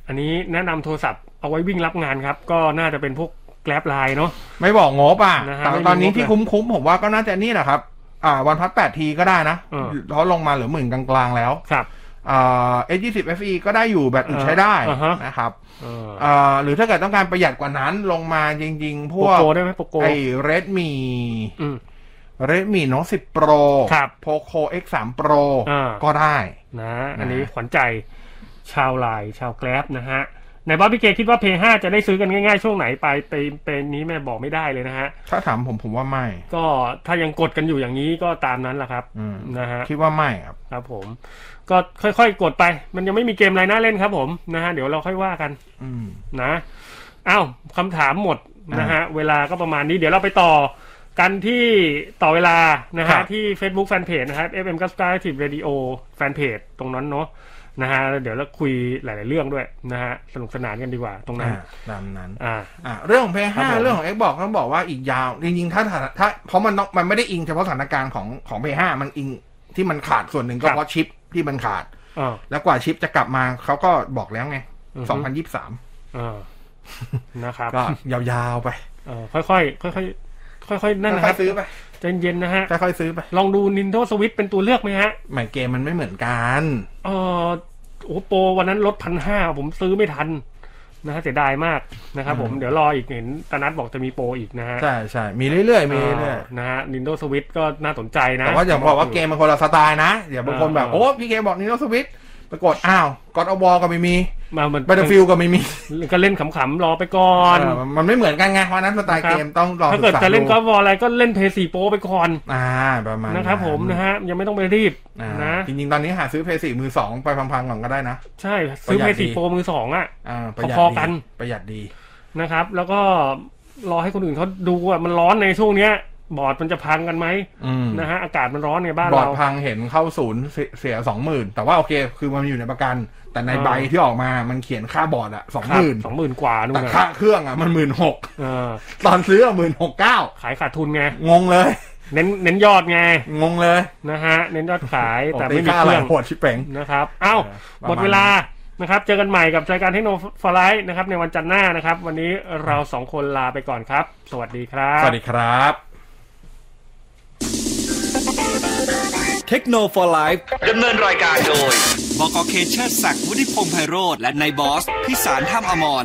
Speaker 4: อันนี้แนะนำโทรศัพท์เอาไว้วิ่งรับงานครับ ก็น่าจะเป็นพวกแกลบไลน์เนาะ
Speaker 3: ไม่บอกงบอ่ะ
Speaker 4: นะฮะ
Speaker 3: แต่
Speaker 4: ไม่มี
Speaker 3: ตอนนี้
Speaker 4: งบเลย
Speaker 3: ที่คุ้มๆผมว่าก็น่าจะนี่แหละครับ อ่า วันพัดแปดทีก็ได้นะ
Speaker 4: เออ
Speaker 3: เขาลงมาเหลือหมื่นกลางๆแล้ว
Speaker 4: ครับ
Speaker 3: อ่าเอยี่สิบเอฟีก็ได้อยู่แบบอื่นใช้ได้
Speaker 4: อ่าฮะ
Speaker 3: นะครับ
Speaker 4: เออ
Speaker 3: อ่าหรือถ้าเกิดต้องการประหยัดกว่านั้นลงมาจริงๆ พ
Speaker 4: โป
Speaker 3: วก
Speaker 4: โกได้ไหมโปโก
Speaker 3: ไอ้ Redmi
Speaker 4: อืม
Speaker 3: Redmi Note 10 Pro
Speaker 4: ครับ
Speaker 3: Poco X3 Pro
Speaker 4: อ่า
Speaker 3: ก็ได้
Speaker 4: นะ อันนี้
Speaker 3: นะ
Speaker 4: ขวัญใจชาวไลน์ชาวแกร็บนะฮะไหนบ้าพี่เกคิดว่า p 5จะได้ซื้อกันง่ายๆ ช่วงไหนไปไปเป็นนี้แม่บอกไม่ได้เลยนะฮะ
Speaker 3: ถ้าถามผมผมว่าไม่
Speaker 4: ก็ถ้ายังกดกันอยู่อย่างนี้ก็ตามนั้นแหละครับ
Speaker 3: อืม
Speaker 4: นะฮะ
Speaker 3: คิดว่าไม่ครับ
Speaker 4: ครับผม ก็ค่อยๆ กดไป มันยังไม่มีเกมอะไรน่าเล่นครับผมนะฮะเดี๋ยวเราค่อยว่ากัน
Speaker 3: อืม
Speaker 4: นะอ้าวคำถามหมดนะฮะเวลาก็ประมาณนี้เดี๋ยวเราไปต่อกันที่ต่อเวลานะ
Speaker 3: ครั
Speaker 4: ฮะ
Speaker 3: บ
Speaker 4: ที่ Facebook Fanpage นะครับ FM 99 Active Radio Fanpage ตรงนั้นเนาะนะฮะแล้วเดี๋ยวเราคุยหลาย ๆ เรื่องด้วยนะฮะสนุกสนานกันดีกว่าตรงนั้น
Speaker 3: อ่าตามนั้น
Speaker 4: อ่า
Speaker 3: อ่าเรื่องของ p
Speaker 4: ครับผม
Speaker 3: 5เรื่องของ Xbox ต้องบอกว่าอีกยาว จริงๆ ถ้าถ้าถ้าเพราะมันต้องมันไม่ได้อิงเฉพาะสถานการณ์ของของ p 5มันอิงที่มันขาดส่วนหนึ่งก็เพราะชิปที่มันขาด
Speaker 4: อ่า
Speaker 3: แล้วกว่าชิปจะกลับมาเขาก็บอกแล้วไง
Speaker 4: อือฮึ
Speaker 3: 2023
Speaker 4: อ่านะครับ
Speaker 3: ก็ยาวๆไป
Speaker 4: เออค่อยๆค่อยๆค่อยๆนั่นนะค
Speaker 3: ค่อ
Speaker 4: รั
Speaker 3: ย
Speaker 4: บ
Speaker 3: ๆซื้อไป
Speaker 4: ใจเย็นนะฮะ
Speaker 3: ค่อยๆซื้อไป
Speaker 4: ลองดู Nintendo Switch เป็นตัวเลือกไหมฮะ
Speaker 3: ใหม่เกมมันไม่เหมือนกัน
Speaker 4: เออโอ้โปรวันนั้นลดพันห้าผมซื้อไม่ทันนะฮะเสียดายมากนะครับผมเดี๋ยวรออีกเห็นตานัทบอกจะมีโปรอีกนะฮะ
Speaker 3: ใช่ใช่มีเรื่อยๆมีเรื่อยๆ
Speaker 4: เออนะฮะ Nintendo Switch ก็น่าสนใจนะ
Speaker 3: แต่ว่าอย่าบอกว่าเกมมันคนละสไตล์นะ เดี๋ยวบางคนแบบ
Speaker 4: อ่า
Speaker 3: โอ้พี่เกมบอกนี้แล้วสวิตปรากฏอ้าวก o อ o วอก็ไม่มี
Speaker 4: มามัน
Speaker 3: บัตเตอร์ฟิลก็ไม่มี
Speaker 4: ก็เล่นขำๆรอไปก่อน
Speaker 3: เออมันไม่เหมือนกันไงเพราะฉะนั้นสไตล์เกมต้องลอง
Speaker 4: ถ้า
Speaker 3: ศึ
Speaker 4: เกิด
Speaker 3: กษา
Speaker 4: จะเล่น
Speaker 3: ดู
Speaker 4: ก็วอลอะไรก็เล่นเพย์สี่โปรไปก่อน
Speaker 3: อ่าประมาณ
Speaker 4: นะครับผมนะฮะยังไม่ต้องไปรีบ
Speaker 3: อ่า
Speaker 4: นะ
Speaker 3: จริงๆ ตอนนี้หาซื้อเพย์สี่มือสองไปพังๆก่อนก็ได้นะ
Speaker 4: ใช่ซื้อ
Speaker 3: ประหยั
Speaker 4: เพ
Speaker 3: ด
Speaker 4: ย์สี่
Speaker 3: ดี
Speaker 4: โปรมือสองอ่ะ
Speaker 3: อ่าประหยัด
Speaker 4: พอ
Speaker 3: ดี
Speaker 4: ๆกัน
Speaker 3: ประหยัดดี
Speaker 4: นะครับ แล้วก็รอให้คนอื่นเขาดูว่ามันร้อนในช่วงเนี้ย บอร์ดมันจะพังกันไหม
Speaker 3: อืม
Speaker 4: นะฮะอากาศมันร้อนไงบ้าน
Speaker 3: บอร์ด
Speaker 4: เรา
Speaker 3: พังเห็นเข้าศูนย์เสียเสียสองหมื่นแต่ว่าโอเค คือมันอยู่ในประกัน แต่ใน
Speaker 4: อ่า
Speaker 3: ใบที่ออกมามันเขียนค่าบอร์ดอะสอง
Speaker 4: ค
Speaker 3: ห
Speaker 4: รับ
Speaker 3: มื่น
Speaker 4: สองหมื่นกว่านู่น
Speaker 3: แต่
Speaker 4: นะ
Speaker 3: ค่าเครื่องอะมันหมื่นหก
Speaker 4: เออ
Speaker 3: ตอนซื้อหมื่นหกเก้า
Speaker 4: ขายขาดทุนไง
Speaker 3: งงเลย
Speaker 4: เน้นเน้นยอดไง
Speaker 3: งงเลย
Speaker 4: นะฮะเน้นยอดขาย
Speaker 3: โอ้
Speaker 4: แต่
Speaker 3: ตี
Speaker 4: ไม่มี
Speaker 3: ค่า
Speaker 4: เค
Speaker 3: ห
Speaker 4: รื่
Speaker 3: ลา
Speaker 4: อย ง
Speaker 3: โหดชิบเป่ง
Speaker 4: นะครับ เอ้า
Speaker 3: เออประมาณ
Speaker 4: หมดเวลานะครับ เจอกันใหม่กับรายการเทคโนโลยีนะครับในวันจันทร์หน้านะครับ วันนี้เราสองคนลาไปก่อนครับ สวัสดีครับ
Speaker 3: สวัสดีครับ
Speaker 1: เทคโนโลยีไลฟ์
Speaker 2: ดำเนินรายการโดย
Speaker 1: บอกเคเชอร์ศักดิ์วุฒิพงษ์ไพโรธและนายบอส พิสารท่ามอมร